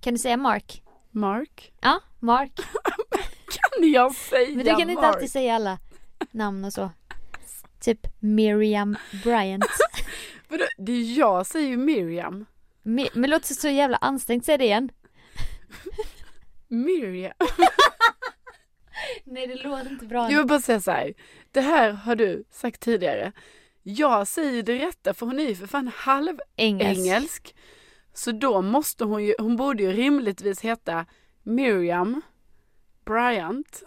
Speaker 3: Kan du säga Mark?
Speaker 1: Mark?
Speaker 3: Ja, Mark.
Speaker 1: Kan jag säga
Speaker 3: Men du kan inte alltid säga alla namn och så. Typ Miriam
Speaker 2: *laughs*
Speaker 3: Bryant.
Speaker 1: Vadå? Det är jag säger ju Miriam.
Speaker 3: Mi- Men låt så jävla ansträngt, säg det igen.
Speaker 1: Miriam.
Speaker 2: Nej det låter inte bra.
Speaker 1: Jag vill bara säga så här. Det här har du sagt tidigare. Jag säger det rätta för hon är ju för fan halv
Speaker 2: Engelsk.
Speaker 1: engelsk. Så då måste hon ju, hon borde ju rimligtvis heta Miriam Bryant.